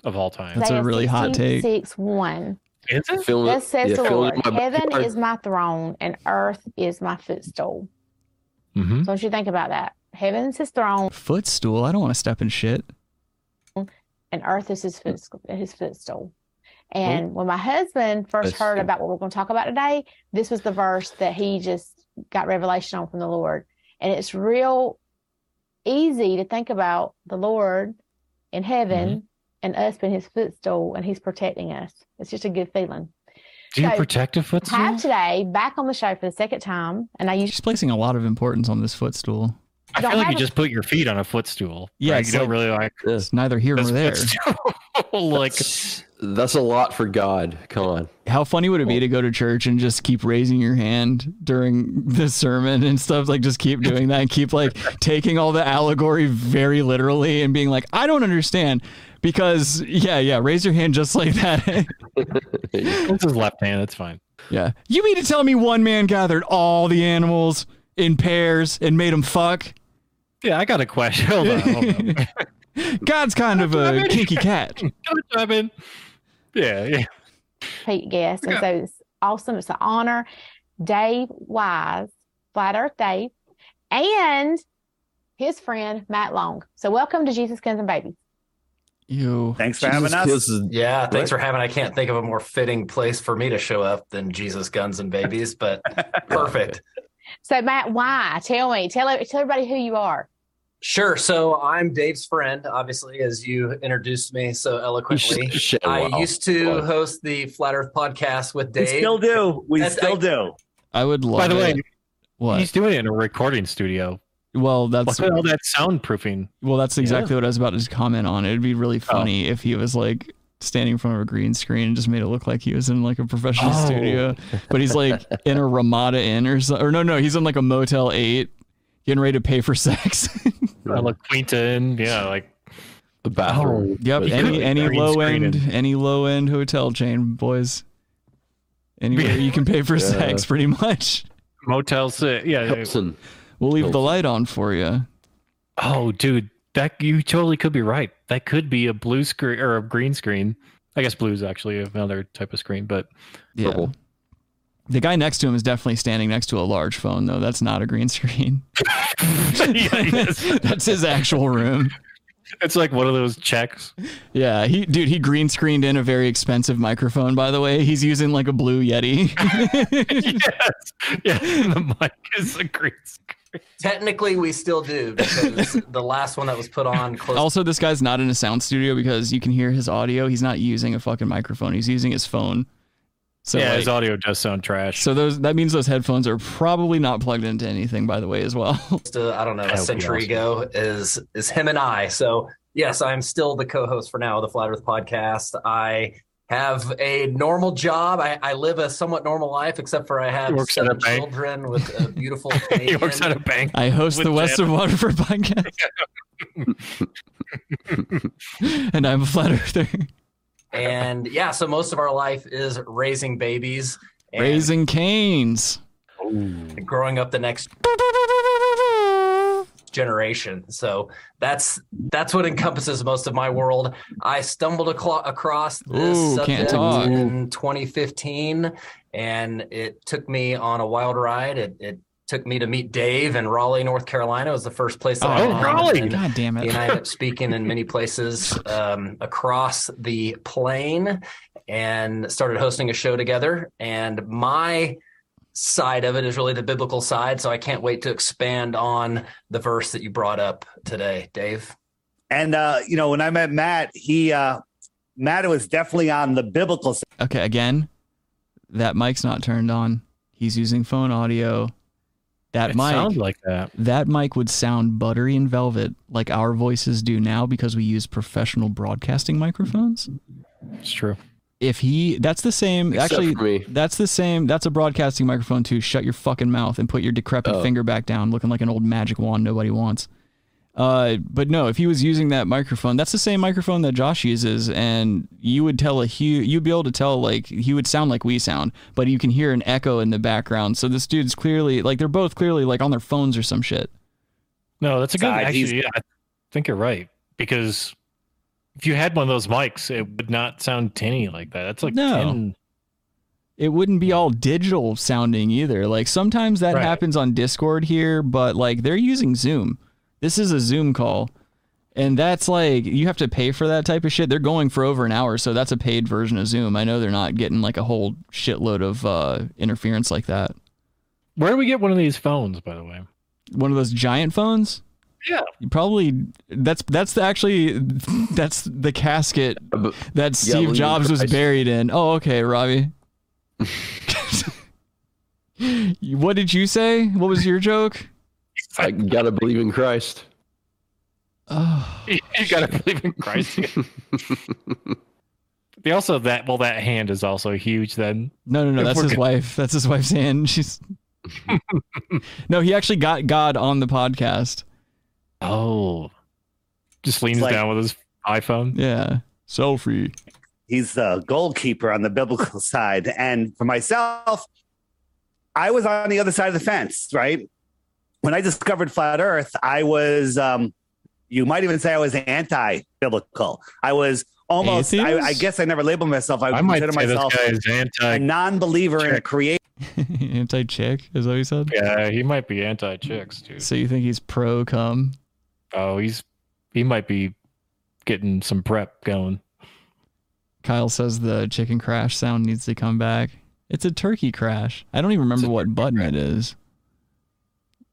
G: of all time.
O: Isaiah 66, one.
G: Is it? Film it-
O: Thus says
G: yeah,
O: the
G: film it
O: Lord,
G: in my
O: heaven
G: backyard.
O: is my throne and earth is my footstool.
F: Mhm.
G: Mm-hmm. Hmm?
O: So don't you think about that? Heaven's his throne
F: Footstool. I don't want to step in shit.
O: and earth is
G: Hmm.
O: his footstool. His footstool.
G: Oh.
O: And when my husband first
F: That's-
O: heard about what we're going to talk about today, this was the verse that he just got revelation on from the Lord. And it's real easy to think about the Lord in heaven
G: Mm-hmm.
O: and us being his footstool and he's protecting us. It's just a good feeling.
G: Do you
O: So,
G: protect a footstool?
O: Have today back on the show for the second time, and I usually
F: She's placing a lot of importance on this footstool.
G: I
O: don't
G: feel like
O: have
G: you
O: a-
G: just put your feet on a footstool.
F: Yeah,
G: right?
F: it's
G: you don't
F: like-
G: really like.
F: It's neither here nor there.
G: like
H: That's a lot for God. Come on.
F: How funny would it be to go to church and just keep raising your hand during the sermon and stuff? Like, just keep doing that and keep like taking all the allegory very literally and being like, I don't understand. Because, yeah, yeah, raise your hand just like that.
G: This is left hand. That's fine.
F: yeah. You mean to tell me one man gathered all the animals in pairs and made them fuck?
G: Yeah, I got a question. Hold on. Hold on.
F: God's kind of a kinky cat.
G: I mean, yeah, yeah.
O: repeat guests, and so it's awesome. It's an honor. Dave Wise, Flat Earth Dave, and his friend Matt Long. So welcome to Jesus Guns and Babies.
F: You.
M: Thanks
H: for having Jesus us. kills is-
M: yeah, thanks for having. I can't think of a more fitting place for me to show up than Jesus, guns, and babies, but perfect.
O: So Matt, why? Tell me. Tell tell everybody who you are.
M: Sure. So I'm Dave's friend, obviously, as you introduced me so eloquently.
H: Shit,
M: I
H: wow.
M: used to
H: Wow.
M: host the Flat Earth podcast with Dave.
P: We still do. We
M: That's-
P: still
M: I-
P: do.
F: I would love
G: By the way,
F: it. What?
G: he's doing it in a recording studio.
F: Well, that's
G: Look at all that soundproofing. Oh.
F: Well, that's exactly what I was about to comment on. It'd be really funny if he was like standing in front of a green screen and just made it look like he was in like a professional
P: Oh.
F: studio. But he's like in a Ramada Inn or so, or no, no, he's in like a Motel Eight, getting ready to pay for sex.
G: A La Quinta Inn, yeah, like
H: the
G: bathroom.
F: Yep.
G: You could
F: Any any
G: green
F: low
G: screen
F: end
G: it.
F: any low end hotel chain, boys. Anywhere you can pay for
G: Yeah.
F: sex, pretty much.
G: Motel Six, yeah.
F: We'll leave the light on for you.
G: Oh, dude, that you totally could be right. That could be a blue screen or a green screen. I guess blue's actually another type of screen, but
F: Yeah. The guy next to him is definitely standing next to a large phone, though. That's not a green screen. That's his actual room.
G: It's like one of those checks.
F: Yeah, he dude, he green screened in a very expensive microphone. By the way, he's using like a blue Yeti.
G: yeah, the mic is a green
M: Technically, we still do because the last one that was put on close.
G: Oh,
F: also, this guy's not in a sound studio because you can hear his audio. He's not using a fucking microphone. He's using his phone. So
G: yeah,
F: like-
G: his audio does sound trash.
F: So those that means those headphones are probably not plugged into anything, by the way, as well.
M: just a, I don't know,
F: That
M: a
F: would be
M: century ago is is him and I. So yes, I'm still the co-host for now of the Flat Earth podcast. I have a normal job. I, I live a somewhat normal life, except for I
G: He
M: have
G: works at a
M: seven
G: bank.
M: children with a beautiful. Canadian.
G: works at a bank.
F: I host the West of Waterford podcast. and I'm a flat earther.
M: and yeah, so most of our life is raising babies and
F: Raising canes.
M: growing up the next generation. So that's that's what encompasses most of my world. I stumbled aclo- across this
F: Ooh,
M: subject
F: can't talk.
M: in 2015, and it took me on a wild ride. It, it took me to meet Dave in Raleigh, North Carolina. It was the first place that I
F: Oh,
M: met him,
F: Raleigh.
M: and
F: God damn it.
M: He and I ended up speaking in many places um, across the plain, and started hosting a show together. And my side of it is really the biblical side. So I can't wait to expand on the verse that you brought up today, Dave.
Q: And uh, you know, when I met Matt, he uh, Matt was definitely on the biblical side.
F: Okay, again, that mic's not turned on. He's using phone audio. That
G: It
F: mic
G: sound like that.
F: That mic would sound buttery and velvet like our voices do now because we use professional broadcasting microphones.
G: It's true.
F: If he that's the same
G: Except for
F: actually
G: me.
F: that's the same that's a broadcasting microphone too. Shut your fucking mouth and put your decrepit
G: Oh.
F: finger back down looking like an old magic wand nobody wants. Uh, but no, if he was using that microphone, that's the same microphone that Josh uses, and you would tell a hu you'd be able to tell like he would sound like we sound, but you can hear an echo in the background. So this dude's clearly like they're both clearly like on their phones or some shit.
G: No, that's a good.
F: Side, he's-
G: Actually, yeah, I think you're right because if you had one of those mics, it would not sound tinny like that. That's like
F: No.
G: tin.
F: It wouldn't be all digital sounding either. Like sometimes that
G: Right.
F: happens on Discord here, but like they're using Zoom. This is a Zoom call. And that's like you have to pay for that type of shit. They're going for over an hour, so that's a paid version of Zoom. I know they're not getting like a whole shitload of uh, interference like that.
G: Where do we get one of these phones, by the way?
F: One of those giant phones?
G: Yeah.
F: You probably that's that's the, actually that's the casket that Steve
G: Lincoln
F: Jobs was
G: Christ.
F: buried in. Oh, okay, Robbie. You- what did you say? What was your joke?
H: I gotta believe in Christ.
F: Oh,
G: you gotta believe in Christ. they also that well that hand is also huge. Then
F: no, no, no.
G: If
F: That's
G: we're
F: his
G: good.
F: wife. That's his wife's hand. She's. no, he actually got God on the podcast.
G: Oh, just leans down with his iPhone.
F: Yeah. Selfie.
Q: He's the goalkeeper on the biblical side. And for myself, I was on the other side of the fence, right? When I discovered flat earth, I was, um, you might even say I was anti biblical. I was almost, I,
G: Atheist?
Q: I guess I never labeled myself. I,
G: I might
Q: consider
G: say this
Q: myself
G: guy is anti-
Q: a non believer in a creator.
F: Anti chick, is that what he said?
G: Yeah, he might be anti chicks, dude.
F: So you think he's pro cum?
G: Oh, he's he might be getting some prep going.
F: Kyle says the chicken crash sound needs to come back. It's a turkey crash. I don't even remember what button it is.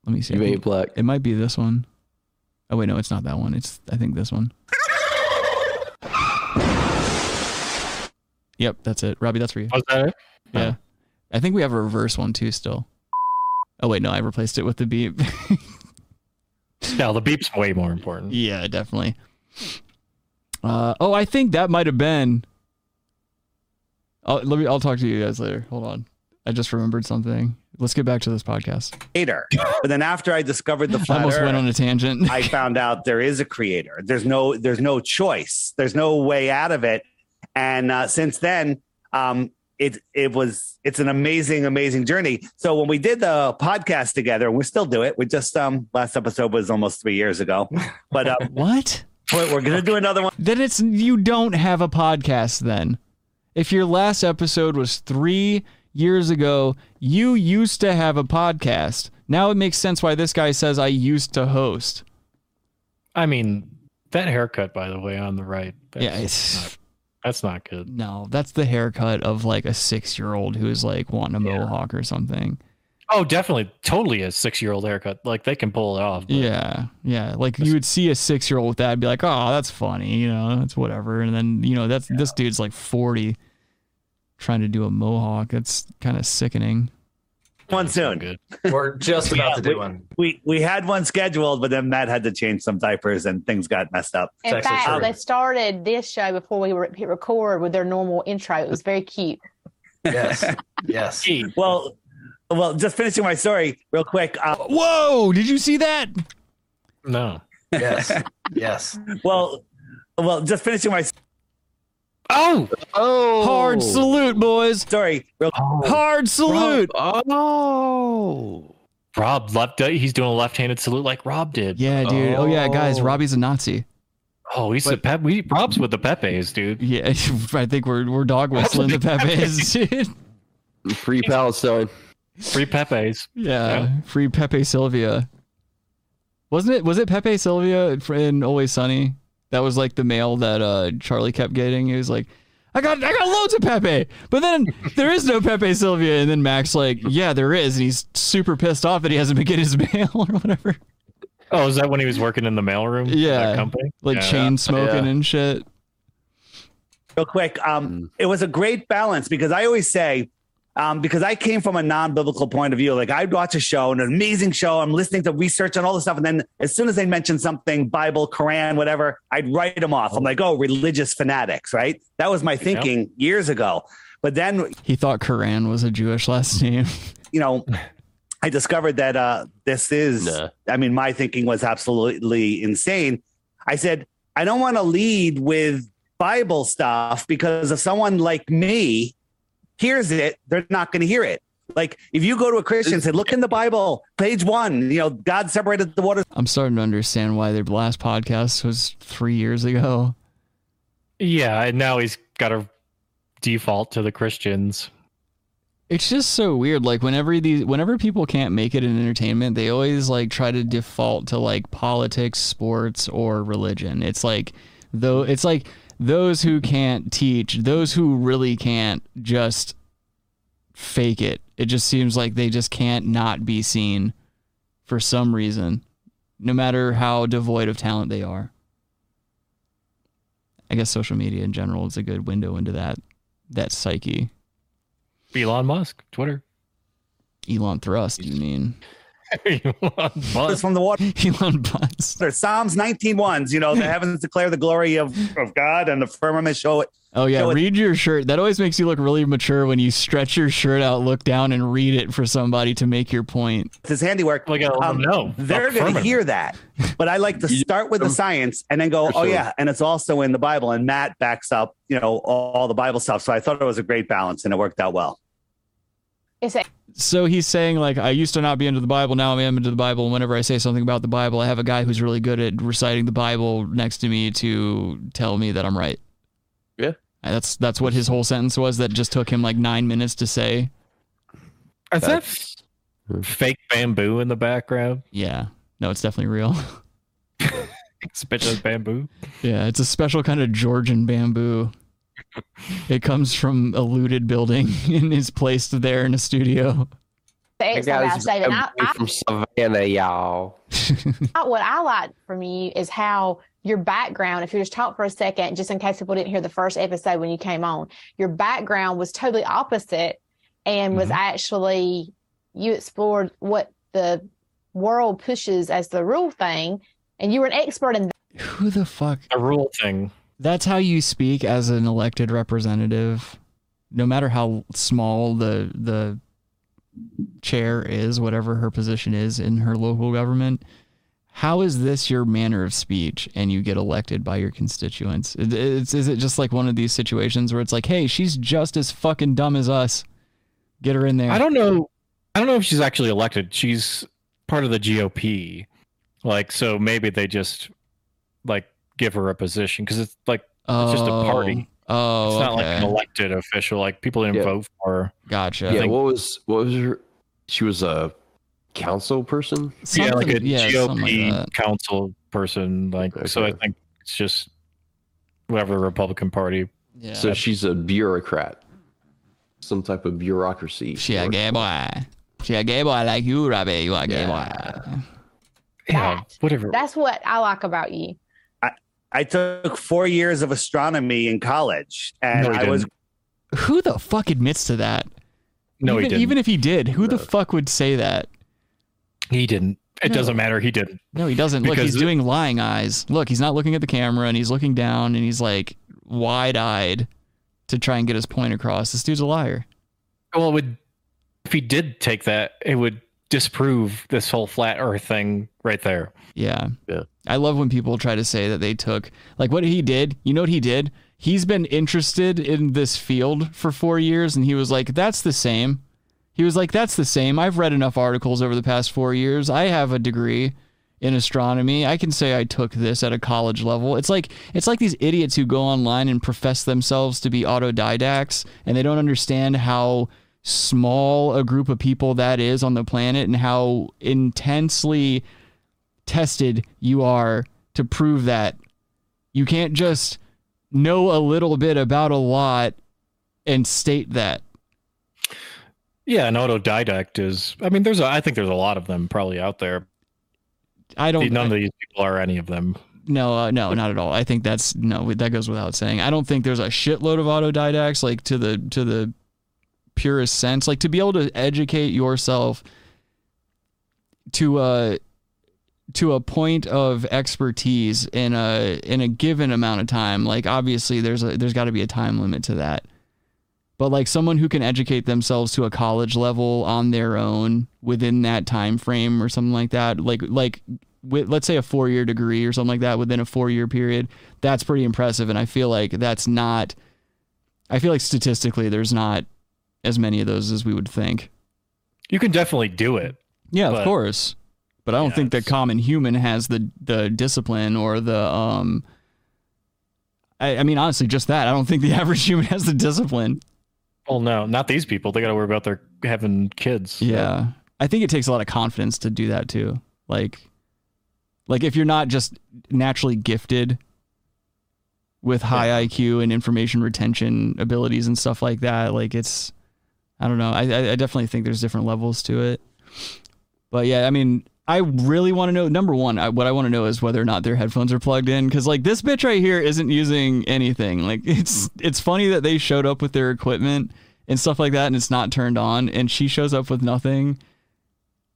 F: Let me see. You ain't
H: black.
F: It might be this one. Oh wait, no, it's not that one. It's I think this one. Yep, that's it. Robbie, that's for you.
G: Was that it?
F: Yeah. I think we have a reverse one too still. Oh wait, no, I replaced it with the beep.
G: No, the beep's way more important.
F: Yeah, definitely. Uh, oh, I think that might have been I'll, let me. I'll talk to you guys later. Hold on. I just remembered something. Let's get back to this podcast.
Q: creator. But then after I discovered the
F: I
Q: flat
F: almost
Q: Earth,
F: went on a tangent.
Q: I found out there is a creator. There's no there's no choice. There's no way out of it. And uh, since then, um, it it was it's an amazing amazing journey. So when we did the podcast together, we still do it. We just um last episode was almost three years ago. But uh,
F: what?
Q: We're gonna do another one.
F: Then it's you don't have a podcast. Then, if your last episode was three years ago, you used to have a podcast. Now it makes sense why this guy says I used to host.
G: I mean, that haircut, by the way, on the right. That's
F: Yeah, it's-
G: not, that's not good.
F: No, that's the haircut of like a six-year-old who is like wanting a mohawk or something.
G: Oh, definitely, totally a six-year-old haircut. Like they can pull it off.
F: Yeah, yeah. Like you would see a six year old with that and be like, oh, that's funny, you know, it's whatever. And then, you know, that's this dude's like 40 trying to do a mohawk. That's kind of sickening.
Q: one soon.
M: We're just about to do
Q: we,
M: one.
Q: We we had one scheduled, but then Matt had to change some diapers and things got messed up.
O: In fact, they started this show before we re- hit record with their normal intro. It was very cute.
M: Yes. yes.
Q: Well, well, just finishing my story real quick. Uh,
F: Whoa! Did you see that?
G: No.
M: Yes. yes.
Q: Well, well, just finishing my.
G: Oh!
F: Oh! Hard salute, boys. Oh.
Q: Sorry. Real-
F: Hard salute.
G: Oh. Rob left. uh, He's doing a left-handed salute like Rob did.
F: Yeah, dude. Oh, yeah, guys, Robbie's a Nazi.
G: Oh, he's the Pep. We Rob's with the Pepe's, dude.
F: Yeah, I think we're, we're dog whistling the Pepe's. dude.
H: Free Palestine.
G: Free Pepe's.
F: yeah. Free Pepe Sylvia. Wasn't it? Was it Pepe Sylvia in Always Sunny? That was like the mail that uh, Charlie kept getting. He was like, "I got, I got loads of Pepe," but then there is no Pepe Sylvia. And then Max like, "Yeah, there is," and he's super pissed off that he hasn't been getting his mail or whatever.
G: Oh, is that when he was working in the mailroom? for
F: Yeah,
G: that company.
F: like
G: Yeah.
F: chain smoking and shit.
Q: real quick. Um, It was a great balance because I always say, um, because I came from a non biblical point of view, like I'd watch a show, an amazing show, I'm listening to research and all this stuff. And then as soon as they mentioned something, Bible, Quran, whatever, I'd write them off. I'm like, oh, religious fanatics, right? That was my thinking years ago. But then
F: He thought Koran was a Jewish last name.
Q: you know, I discovered that uh, this is, I mean, my thinking was absolutely insane. I said, I don't want to lead with Bible stuff because if someone like me hears it, they're not going to hear it. Like if you go to a Christian and say, look in the Bible, page one, you know, God separated the waters
F: I'm starting to understand why their last podcast was three years ago.
G: Yeah, and now he's got to default to the Christians.
F: It's just so weird. Like whenever these, whenever people can't make it in entertainment, they always like try to default to like politics, sports, or religion. It's like though, it's like those who can't teach, those who really can't, just fake it. It just seems like they just can't not be seen for some reason, no matter how devoid of talent they are. I guess social media in general is a good window into that that psyche.
G: Elon Musk, Twitter.
F: Elon Thrust, you mean?
Q: from the water.
F: Elon Musk.
Q: There's Psalms 19 ones, you know, the heavens declare the glory of, of God and the firmament show it.
F: Oh yeah,
Q: show it
F: read your shirt. That always makes you look really mature when you stretch your shirt out, look down, and read it for somebody to make your point.
Q: his handiwork. um,
G: Like, oh, no.
Q: they're going to
F: Affirmative.
Q: hear that. But I like to start with the science and then go,
F: For
Q: oh
F: sure.
Q: yeah, and it's also in the Bible. And Matt backs up, you know, all, all the Bible stuff. So I thought it was a great balance and it worked out well.
O: It's a,
F: So he's saying like, I used to not be into the Bible, now I am into the Bible. And whenever I say something about the Bible, I have a guy who's really good at reciting the Bible next to me to tell me that I'm right.
H: Yeah.
F: That's that's what his whole sentence was. That just took him like nine minutes to say.
G: Is that f- fake bamboo in the background?
F: Yeah. No, it's definitely real.
G: Spit of bamboo.
F: Yeah, it's a special kind of Georgian bamboo. It comes from a looted building and is placed there in a studio.
O: it's about saving. I, I,
H: from Savannah, y'all.
O: I- what I like from you is how your background, if you just talk for a second, just in case people didn't hear the first episode when you came on, your background was totally opposite and was actually, you explored what the world pushes as the rule thing. And you were an expert in
F: Who the fuck?
G: A rule thing.
F: That's how you speak as an elected representative. no matter how small the the chair is, whatever her position is in her local government, how is this your manner of speech and you get elected by your constituents? It- It's, is it just like one of these situations where it's like, hey, she's just as fucking dumb as us. Get her in there.
G: I don't know. I don't know if she's actually elected. She's part of the GOP. Like, so maybe they just like give her a position because it's like it's just a party.
F: Oh,
G: it's not like an
H: okay.
G: elected official. Like people didn't
H: Yeah.
G: vote for. her.
F: Gotcha.
G: I
H: Yeah,
G: think-
H: what was what was her? She was a council person.
G: yeah, like a GOP council person. Like, so I think it's just whatever the Republican Party.
F: Yeah.
H: So she's a bureaucrat, some type of bureaucracy.
F: She a gay boy. She a gay boy like you, Robbie. You a gay boy.
G: Yeah, whatever.
O: That's what I like about you.
Q: I, I took four years of astronomy in college, and
F: No, you
Q: I was
F: didn't. Who the fuck admits to that?
G: No,
F: even,
G: he didn't.
F: Even if he did, who the fuck would say that?
G: He didn't. It
F: No.
G: doesn't matter. He didn't.
F: No, he doesn't. Look,
G: Because
F: he's
G: the-
F: doing lying eyes. Look, he's not looking at the camera and he's looking down and he's like wide eyed to try and get his point across. This dude's a liar.
G: Well, it would if he did take that, it would disprove this whole flat Earth thing right there.
F: Yeah.
H: Yeah.
F: I love when people try to say that they took like what he did. You know what he did? He's been interested in this field for 4 years and he was like that's the same. He was like that's the same. I've read enough articles over the past 4 years. I have a degree in astronomy. I can say I took this at a college level. It's like it's like these idiots who go online and profess themselves to be autodidacts and they don't understand how small a group of people that is on the planet and how intensely tested you are to prove that. You can't just know a little bit about a lot and state that.
G: Yeah, an autodidact is. I mean, there's. A, I think there's a lot of them probably out there.
F: I don't.
G: None of these people are any of them.
F: No, uh, no, not at all. I think that's no, that goes without saying. I don't think there's a shitload of autodidacts like to the to the purest sense. Like to be able to educate yourself to a to a point of expertise in a in a given amount of time. Like obviously there's a there's got to be a time limit to that. But like someone who can educate themselves to a college level on their own within that time frame or something like that, like like with, let's say a four year degree or something like that within a four year period, that's pretty impressive. And I feel like that's not. I feel like statistically, there's not as many of those as we would think.
G: You can definitely do it.
F: Yeah,
G: But-
F: of course. But I don't think the common human has the the discipline or the um I, I mean honestly just that. I don't think the average human has the discipline.
G: Well, no, not these people. They got to worry about their having kids.
F: Yeah. I think it takes a lot of confidence to do that too. Like like if you're not just naturally gifted with high IQ and information retention abilities and stuff like that, like it's I don't know. I I I definitely think there's different levels to it. But yeah, I mean, I really want to know number 1, I, what I want to know is whether or not their headphones are plugged in cuz like this bitch right here isn't using anything. Like it's it's funny that they showed up with their equipment and stuff like that and it's not turned on and she shows up with nothing.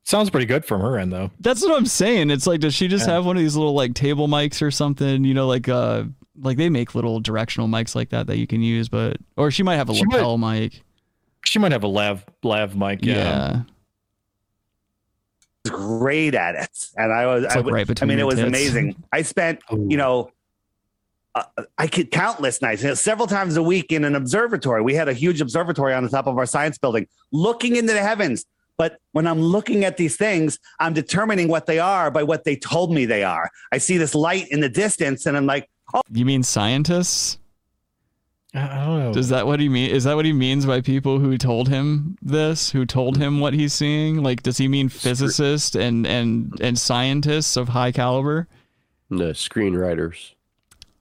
G: Sounds pretty good from her end though.
F: That's what I'm saying. It's like, does she just
G: Yeah.
F: have one of these little like table mics or something? You know, like uh, like they make little directional mics like that that you can use, but or she might have a
G: She might-
F: lapel mic.
G: She might have a lav lav mic. Yeah.
F: Yeah.
Q: was great at it, and I was.
F: It's
Q: I,
F: like
Q: was-
F: right
Q: I
F: between
Q: mean, it
F: your
Q: was
F: tits.
Q: amazing. I spent, you know, uh, I could countless nights, you know, several times a week in an observatory. We had a huge observatory on the top of our science building, looking into the heavens. But when I'm looking at these things, I'm determining what they are by what they told me they are. I see this light in the distance, and I'm like, oh,
F: You mean scientists?
G: I don't know.
F: Does that what he mean? Is that what he means by people who told him this? Who told him what he's seeing? Like, does he mean physicists and and and scientists of high caliber?
H: No, screenwriters.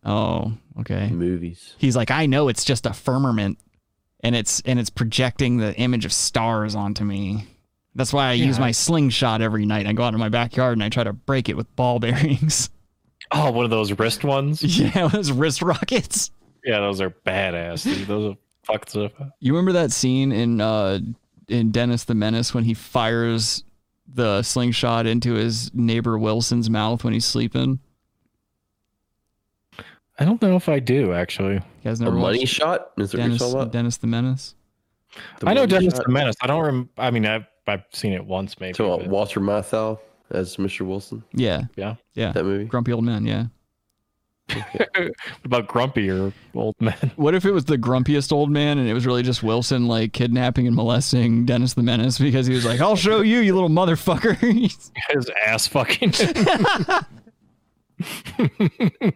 F: Oh, okay.
H: Movies.
F: He's like, I know it's just a firmament, and it's and it's projecting the image of stars onto me. That's why I use
G: Yeah.
F: my slingshot every night. I go out in my backyard and I try to break it with ball bearings.
G: Oh, one of those wrist ones.
F: yeah, those wrist rockets.
G: Yeah, those are badass. Dude. Those are fucked up.
F: You remember that scene in uh in Dennis the Menace when he fires the slingshot into his neighbor Wilson's mouth when he's sleeping?
G: I don't know if I do actually. You
F: guys
H: The Money Shot? Is that what you're
F: Dennis,
H: talking about?
F: Dennis the Menace.
H: The
G: I know
H: Money
G: Dennis
H: Shot?
G: the Menace. I don't. Rem- I mean, I've, I've seen it once maybe.
H: So, uh, Walter Matthau as Mr. Wilson.
F: Yeah.
G: Yeah.
F: Yeah.
H: That movie.
F: Grumpy old men. Yeah.
G: about grumpier old men?
F: What if it was the grumpiest old man and it was really just Wilson like kidnapping and molesting Dennis the Menace because he was like, "I'll show you, you little motherfucker." He's-
G: His ass fucking.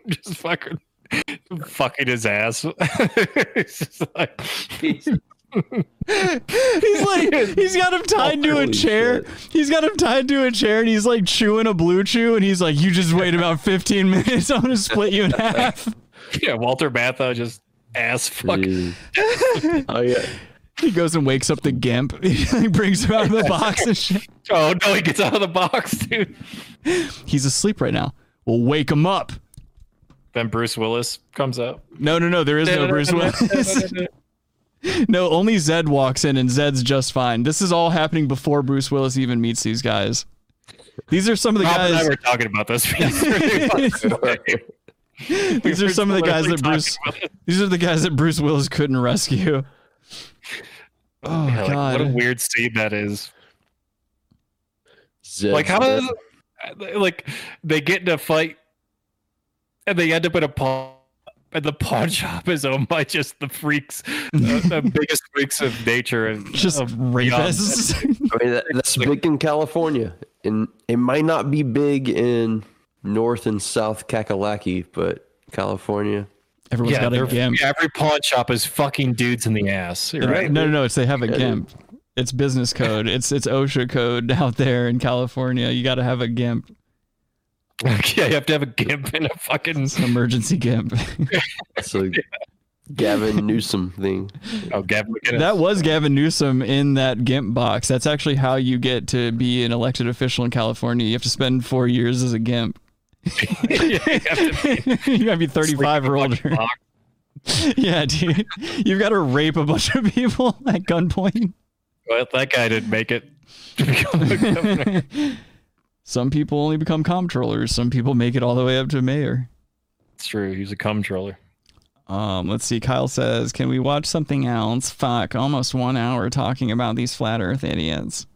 G: just fucking, fucking his ass. it's just like.
F: he's like he's got him tied to a
G: Holy
F: chair. He's got him tied to a chair and he's like chewing a blue chew and he's like, "You just wait about 15 minutes. I'm gonna split you in half."
G: Yeah, Walter Matthau just ass fuck.
H: oh yeah.
F: He goes and wakes up the gimp. he brings him out of the box and shit.
G: Oh no, he gets out of the box, dude.
F: He's asleep right now. We'll wake him up.
G: Then Bruce Willis comes out.
F: No, no, no. There is no Bruce Willis. no, only Zed walks in, and Zed's just fine. This is all happening before Bruce Willis even meets these guys. These are some of the
G: Rob and I
F: guys.
G: were talking about this. These
F: These are some of the guys that Bruce. These are the guys that Bruce Willis couldn't rescue. Oh god!
G: what a weird scene that is.
H: Zed.
G: like how does like they get in a fight and they end up in a pawn and the pawn shop is owned by just the freaks, the, the biggest freaks of nature and um,
F: Just
G: of
F: rapists.
H: I mean, that, that's big in California, and it might not be big in North and South Kakalaki, but California.
F: Everyone's
G: yeah, they're- yeah, every pawn shop is fucking dudes in the ass.
F: No,
G: Right?
F: No, no, no. It's they have a gimp. It's business code. It's it's OSHA code out there in California. You got to have a gimp.
G: Yeah, you have to have a gimp and a fucking
F: emergency gimp.
H: It's a Gavin Newsom thing.
G: Oh, Gavin.
F: That was Gavin Newsom in that GIMP box. That's actually how you get to be an elected official in California. You have to spend four years as a GIMP. you gotta be 35 or older. yeah, dude. You've got to rape a bunch of people at gunpoint.
G: Well, that guy didn't make it.
F: Some people only become comptrollers. Some people make it all the way up to mayor.
G: It's true. He's a comptroller.
F: Um, let's see. Kyle says, "Can we watch something else?" Fuck, almost one hour talking about these flat Earth idiots.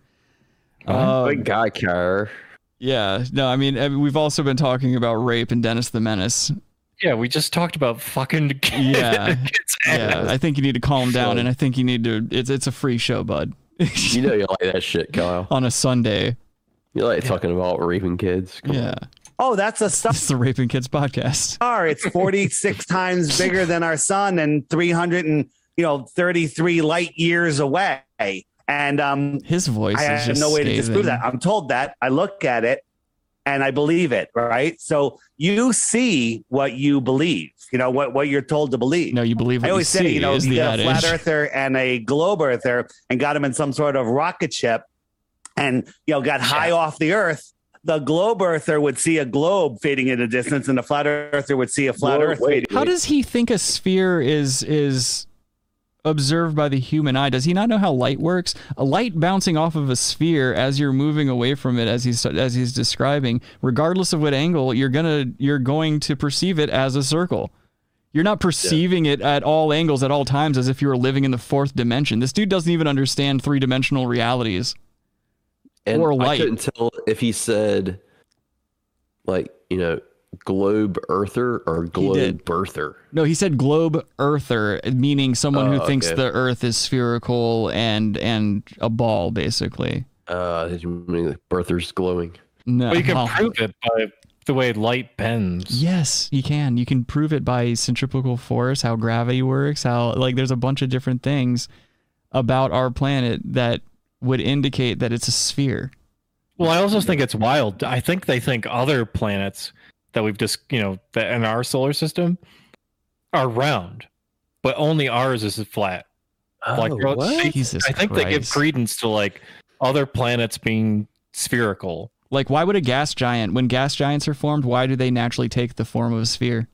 F: Um,
H: Good guy, car.
F: Yeah, no, I mean, I mean, we've also been talking about rape and Dennis the Menace.
G: Yeah, we just talked about fucking kid,
F: Yeah,
G: kids.
F: yeah. I think you need to calm down, and I think you need to. It's it's a free show, bud.
H: You know you like that shit, Kyle.
F: On a Sunday.
H: You like talking about raping kids.
F: Yeah,
Q: Oh, that's a stuff
F: it's the Raping Kids podcast.
Q: star. It's 46 times bigger than our sun and 300 and, you know, 33 light years away. And um,
F: his voice
Q: I
F: is
Q: have
F: just
Q: no way to disprove
F: scathing.
Q: that. I'm told that. I look at it and I believe it. Right. So you see what you believe, you know, what, what you're told to believe.
F: No, you believe what
Q: I
F: you
Q: always say,
F: see
Q: you know,
F: is
Q: you
F: the
Q: get a flat
F: adage.
Q: earther and a globe earther and got him in some sort of rocket ship and you know got high off the earth, the globe earther would see a globe fading in the distance, and the flat earther would see a flat
F: Whoa,
Q: earth
F: wait,
Q: fading.
F: How does he think a sphere is is observed by the human eye? Does he not know how light works? A light bouncing off of a sphere as you're moving away from it, as he's as he's describing, regardless of what angle, you're gonna you're going to perceive it as a circle. You're not perceiving it at all angles at all times as if you were living in the fourth dimension. This dude doesn't even understand three dimensional realities.
H: And
F: Or
H: I
F: light.
H: couldn't tell if he said, like, you know, globe earther or globe birther.
F: No, he said globe earther, meaning someone
H: Oh,
F: who thinks
H: okay.
F: the Earth is spherical and and a ball, basically.
H: Uh, I mean, like, birther's glowing.
F: No,
G: Well, you can
F: well,
G: prove it by the way light bends.
F: yes, you can. You can prove it by centripetal force, how gravity works, how like there's a bunch of different things about our planet that would indicate that it's a sphere.
G: Well, I also think it's wild. I think they think other planets that we've just, you know, that in our solar system are round, but only ours is flat. like,
F: Oh,
G: bro,
F: what?
G: they-
F: Jesus
G: I think they give
F: Christ.
G: credence to like other planets being spherical.
F: Like, why would a gas giant, when gas giants are formed, why do they naturally take the form of a sphere?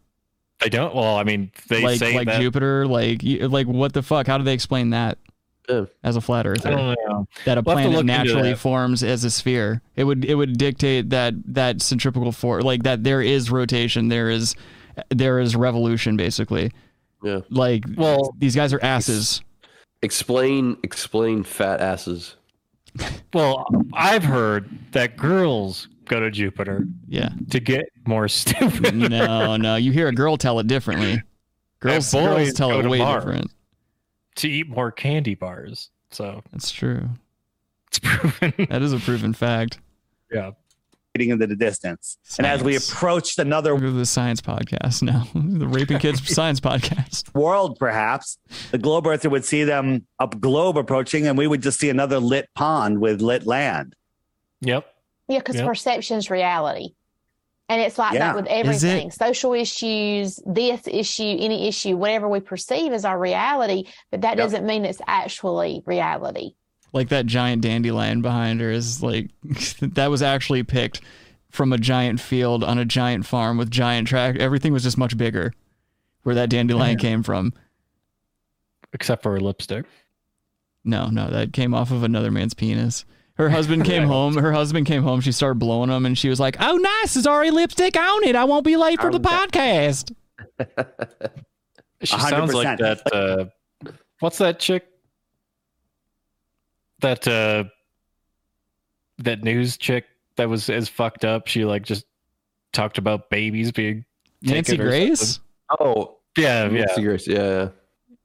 G: They don't. Well, I mean, they
F: like
G: say
F: like
G: that.
F: Jupiter, like you- like what the fuck? How do they explain that? As a flat earther,
G: I don't know.
F: that a
G: We'll have to
F: planet
G: look into
F: naturally
G: that.
F: forms as a sphere. It would it would dictate that that centripetal force, like that there is rotation, there is there is revolution basically.
H: Yeah.
F: Like well, these guys are asses.
H: Explain explain fat asses.
G: Well, I've heard that girls go to Jupiter.
F: Yeah.
G: To get more stupid.
F: No, no, you hear a girl tell it differently. Girls,
G: And boys
F: girls tell
G: go
F: it
G: to
F: way
G: Mars.
F: different.
G: To eat more candy bars. So
F: That's true. It's proven. That is a proven fact.
G: Yeah.
Q: Getting into the distance. And as we approached another
F: the science podcast now, the Raping Kids Science podcast.
Q: world, perhaps the globe earther would see them up globe approaching, and we would just see another lit pond with lit land.
G: Yep.
O: Yeah, because
Q: Yeah.
O: perception's reality. And it's like
Q: Yeah.
O: that with
Q: Is it-
O: everything social issues, this issue, any issue, whatever we perceive as our reality, but that
F: Yep.
O: doesn't mean it's actually reality.
F: Like that giant dandelion behind her is like that was actually picked from a giant field on a giant farm with giant track. Everything was just much bigger where that dandelion came from.
G: Except for her lipstick.
F: No, no, that came off of another man's penis. Her husband came home. Her husband came home. She started blowing him, and she was like, "Oh, nice! There's already lipstick on it. I won't be late for the podcast."
G: She sounds like that. Uh, what's that chick? That uh, that news chick that was as fucked up. She like just talked about babies being
F: Nancy
G: taken or
F: Grace?
G: something.
H: Oh
G: yeah, yeah.
H: Nancy Grace, yeah.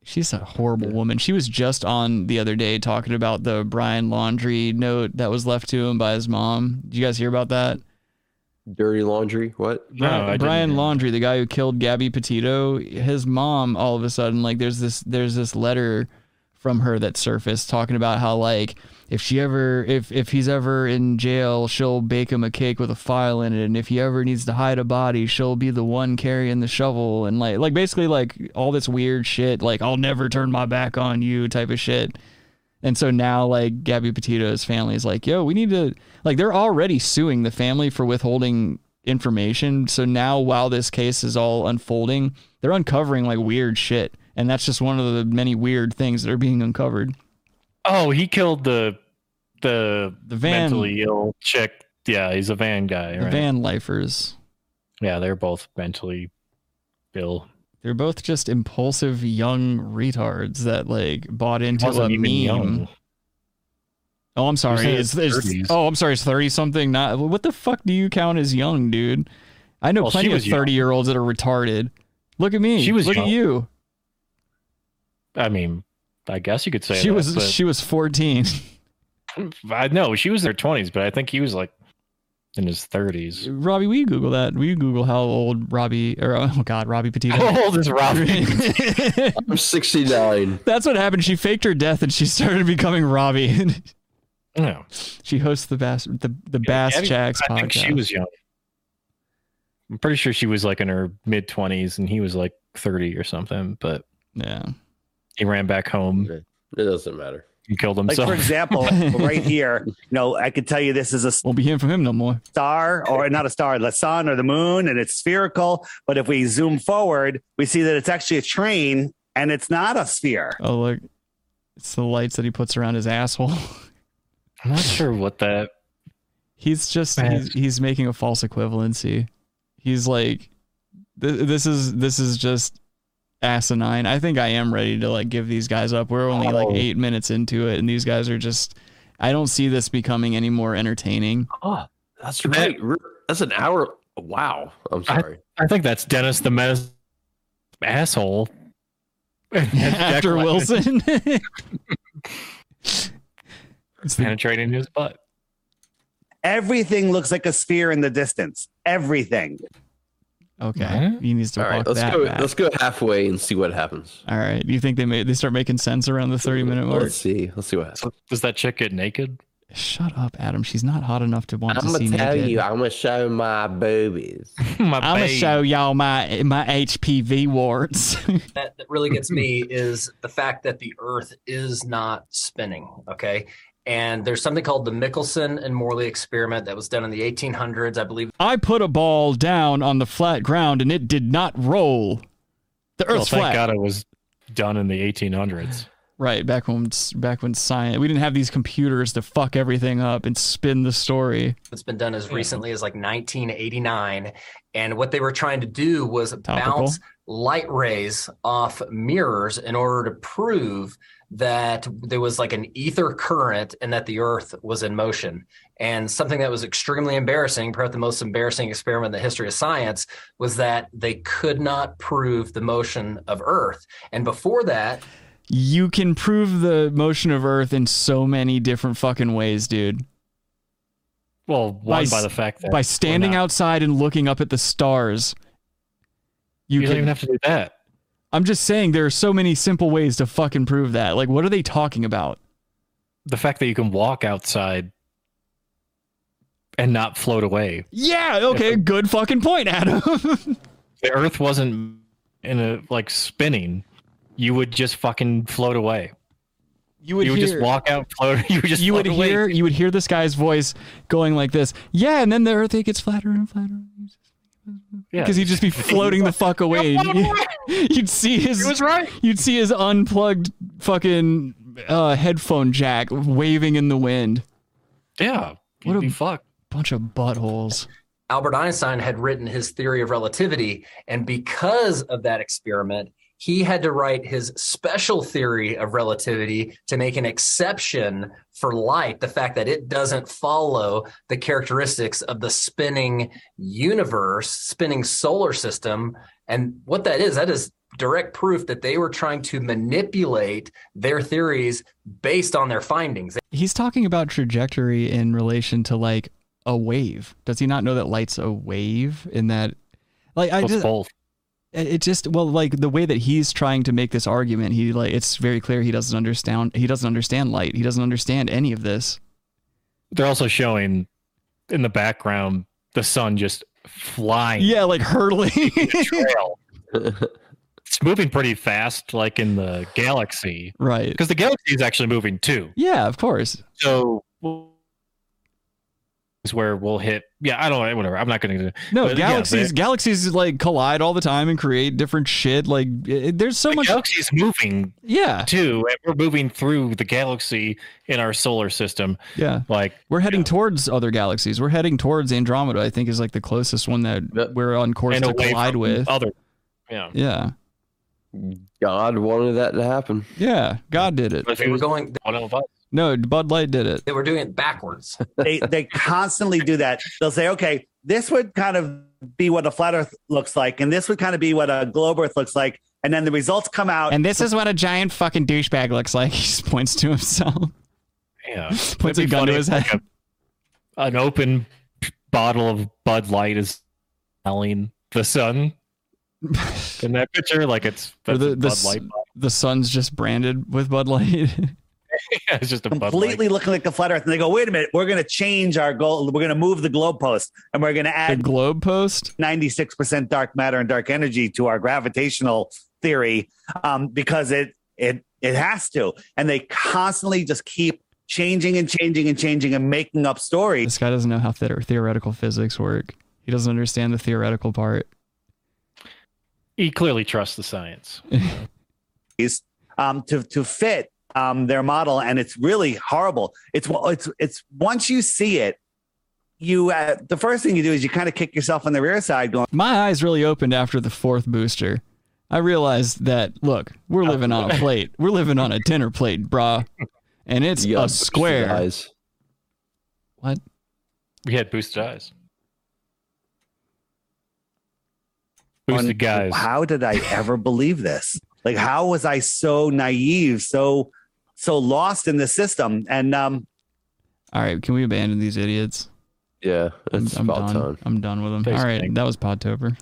F: She's a horrible woman. She was just on the other day talking about the Brian Laundry note that was left to him by his mom. Did you guys hear about that?
H: Dirty laundry. What?
F: Brian, Brian Laundry, the guy who killed Gabby Petito, his mom. All of a sudden, like there's this there's this letter from her that surfaced talking about how like if she ever if if he's ever in jail, she'll bake him a cake with a file in it, and if he ever needs to hide a body, she'll be the one carrying the shovel, and like like basically like all this weird shit, like I'll never turn my back on you type of shit. And so now, like Gabby Petito's family is like, yo, we need to like they're already suing the family for withholding information. So now, while this case is all unfolding, they're uncovering like weird shit, and that's just one of the many weird things that are being uncovered.
G: Oh, he killed the the
F: the van-
G: mentally ill chick. Yeah, he's a van guy.
F: The
G: Right?
F: van lifers,
G: Yeah, they're both mentally ill.
F: they're both just impulsive young retards that like bought into a
G: wasn't
F: meme.
G: even young.
F: Oh, I'm sorry.
G: in
F: It's,
G: his
F: it's-
G: 30s.
F: oh, I'm sorry. It's thirty something. Not what the fuck do you count as young, dude? I know
G: Well, she
F: plenty of
G: was young.
F: thirty year olds that are retarded. Look at me.
G: She was
F: Look at
G: young.
F: you.
G: I mean, I guess you could say
F: She
G: that,
F: was
G: but-
F: she was fourteen.
G: I know she was in her twenties, but I think he was like in his thirties.
F: Robbie, will you Google that? Will you Google how old Robbie or oh god, Robbie Petito?
G: How old is Robbie?
H: I'm 69.
F: That's what happened. She faked her death and she started becoming Robbie.
G: no.
F: She hosts the bass the, the Bass
G: Gabby-
F: Jacks
G: I
F: podcast.
G: think she was young. I'm pretty sure she was like in her mid twenties, and he was like thirty or something. But
F: yeah,
G: he ran back home
H: It doesn't matter.
G: and killed
Q: Like
G: himself.
Q: for example, right here, you know, I could tell you this is a
F: won't be hearing from him no more.
Q: star or not a star, the sun or the moon, and it's spherical. But if we zoom forward, we see that it's actually a train and it's not a sphere.
F: Oh look, it's the lights that he puts around his asshole.
G: I'm not sure what that.
F: He's just
G: Man.
F: he's, he's making a false equivalency. He's like, th- this is this is just asinine. I think I am ready to like give these guys up. We're only like
G: Oh.
F: eight minutes into it, and these guys are just. I don't see this becoming any more entertaining.
H: Oh, that's right. That's an hour. Wow. I'm
G: I,
H: sorry.
G: I think that's Dennis the Menace asshole.
F: After Wilson,
G: penetrating his butt.
Q: Everything looks like a sphere in the distance. Everything.
F: okay, he needs to
H: All
F: walk
H: right, let's
F: that
H: go.
F: back.
H: Let's go halfway and see what happens.
F: All right, do you think they may they start making sense around the thirty minute mark?
H: Let's see. Let's see what happens.
G: Does that chick get naked?
F: Shut up, Adam. She's not hot enough to want
H: I'm
F: to see
H: gonna tell
F: naked.
H: you. I'm gonna show my boobies. Uh,
G: My
F: I'm gonna
G: babe.
F: show y'all my my HPV warts.
M: that, that really gets me is the fact that the Earth is not spinning. Okay. And there's something called the Michelson and Morley experiment that was done in the 1800s. I believe
F: I put a ball down on the flat ground and it did not roll. The
G: Well,
F: Earth's
G: thank
F: flat.
G: God it was done in the 1800s.
F: Right, back when back when science we didn't have these computers to fuck everything up and spin the story.
M: It's been done as recently as like 1989. And what they were trying to do was bounce light rays off mirrors in order to prove that there was like an ether current and that the earth was in motion. And something that was extremely embarrassing, perhaps the most embarrassing experiment in the history of science, was that they could not prove the motion of earth. And before that,
F: You can prove the motion of Earth in so many different fucking ways, dude.
G: Well, one by,
F: s-
G: the fact that
F: by
G: we're
F: standing
G: not-
F: outside and looking up at the stars,
G: you,
F: can-
G: don't even have to do that.
F: I'm just saying there are so many simple ways to fucking prove that. Like, what are they talking about?
G: The fact that you can walk outside and not float away.
F: Yeah. Okay. Good fucking point, Adam.
G: The Earth wasn't in a like spinning. You would just fucking float away.
F: You would
G: just
F: hear-
G: walk out, float. You would just
F: you would
G: float away.
F: hear you would hear this guy's voice going like this. Yeah, and then the Earth it gets flatter and flatter.
G: Yeah.
F: Because he'd just be floating the fuck away. You'd see his.
G: He was right.
F: You'd see his unplugged fucking uh, headphone jack waving in the wind.
G: Yeah.
F: What a
G: fuck
F: bunch of buttholes.
M: Albert Einstein had written his theory of relativity. And because of that experiment, he had to write his special theory of relativity to make an exception for light, the fact that it doesn't follow the characteristics of the spinning universe, spinning solar system. And what that is, that is direct proof that they were trying to manipulate their theories based on their findings.
F: He's talking about trajectory in relation to like a wave. Does he not know that light's a wave? In that, like, I
G: Well, it's
F: just
G: both.
F: It it just well, like the way that he's trying to make this argument, he like it's very clear he doesn't understand. He doesn't understand light. He doesn't understand any of this.
G: They're also showing in the background the sun just flying.
F: Yeah, like hurtling.
G: It's moving pretty fast, like in the galaxy.
F: Right.
G: Because the galaxy is actually moving too.
F: Yeah, of course.
G: So is where we'll hit. Yeah, I don't. Whatever. I'm not going to.
F: No, galaxies galaxies like collide all the time and create different shit. Like it, there's so much
G: galaxies moving.
F: Yeah.
G: Too. And we're moving through the galaxy in our solar system.
F: Yeah.
G: Like
F: we're heading towards other galaxies. We're heading towards Andromeda, I think is like the closest one that we're on course
G: and
F: to
G: away
F: collide
G: from
F: with.
G: other. Yeah.
F: Yeah.
H: God wanted that to happen.
F: Yeah. God did it.
M: But if you were going,
F: No, Bud Light did it.
M: they were doing it backwards.
Q: they they constantly do that. They'll say, okay, this would kind of be what a flat Earth looks like, and this would kind of be what a globe Earth looks like, and then the results come out.
F: And this is what a giant fucking douchebag looks like. He just points to himself.
G: Yeah.
F: Puts a gun to his head.
G: an open bottle of Bud Light is telling the sun in that picture, like it's
F: Or
G: that's
F: the,
G: a
F: the,
G: Bud
F: s-
G: Light.
F: the sun's just branded with Bud Light.
G: yeah, it's just a Bud
Q: completely looking like the flat Earth, and they go, wait a minute, we're going to change our goal. We're going to move the globe post, and we're going to add
F: globe post
Q: ninety six percent dark matter and dark energy to our gravitational theory um, because it it it has to, and they constantly just keep changing and changing and changing and making up stories.
F: this guy doesn't know how the- theoretical physics work. He doesn't understand the theoretical part.
G: He clearly trusts the science.
Q: companies, um, to to fit um, their model, and it's really horrible. It's it's it's once you see it, you uh, the first thing you do is you kind of kick yourself on the rear side, going,
F: My eyes really opened after the fourth booster. I realized that look, we're living on a plate. We're living on a dinner plate, brah, and it's
H: Yeah,
F: a square.
H: eyes.
F: What?
G: We had boosted eyes. Boosted
Q: on,
G: guys.
Q: How did I ever believe this? Like, how was I so naive, so so lost in the system? And um,
F: All right, can we abandon these idiots?
H: Yeah,
F: it's I'm
H: about
F: done.
H: time.
F: I'm done with them.
H: Thanks,
F: All right,
H: Nick.
F: that was Podtober.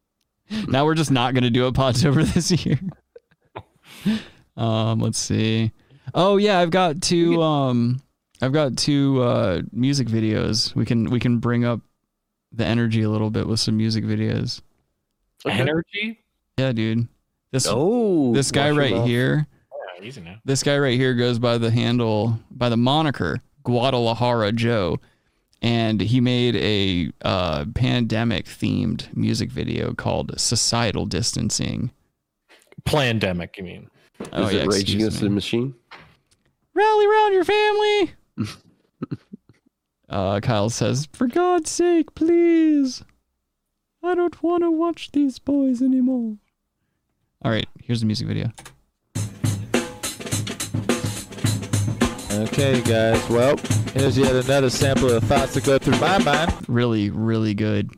F: now we're just not gonna do a Podtober this year. Um, let's see. Oh yeah, I've got two. Um, I've got two uh, music videos. We can we can bring up the energy a little bit with some music videos.
G: Energy?
F: Yeah, dude. This
H: oh,
F: this guy
G: wash your
F: right
G: mouth.
F: here.
G: Yeah, easy now.
F: This guy right here goes by the handle by the moniker Guadalajara Joe, and he made a uh, pandemic themed music video called "Societal Distancing."
G: Plandemic, you mean?
H: Oh, Is it yeah, Rage excuse Against me. the Machine?
F: Rally round your family. Uh, Kyle says, "For God's sake, please! I don't want to watch these boys anymore." All right, here's the music video.
P: Okay, guys. Well, here's yet another sample of thoughts that go through my mind.
F: Really, really good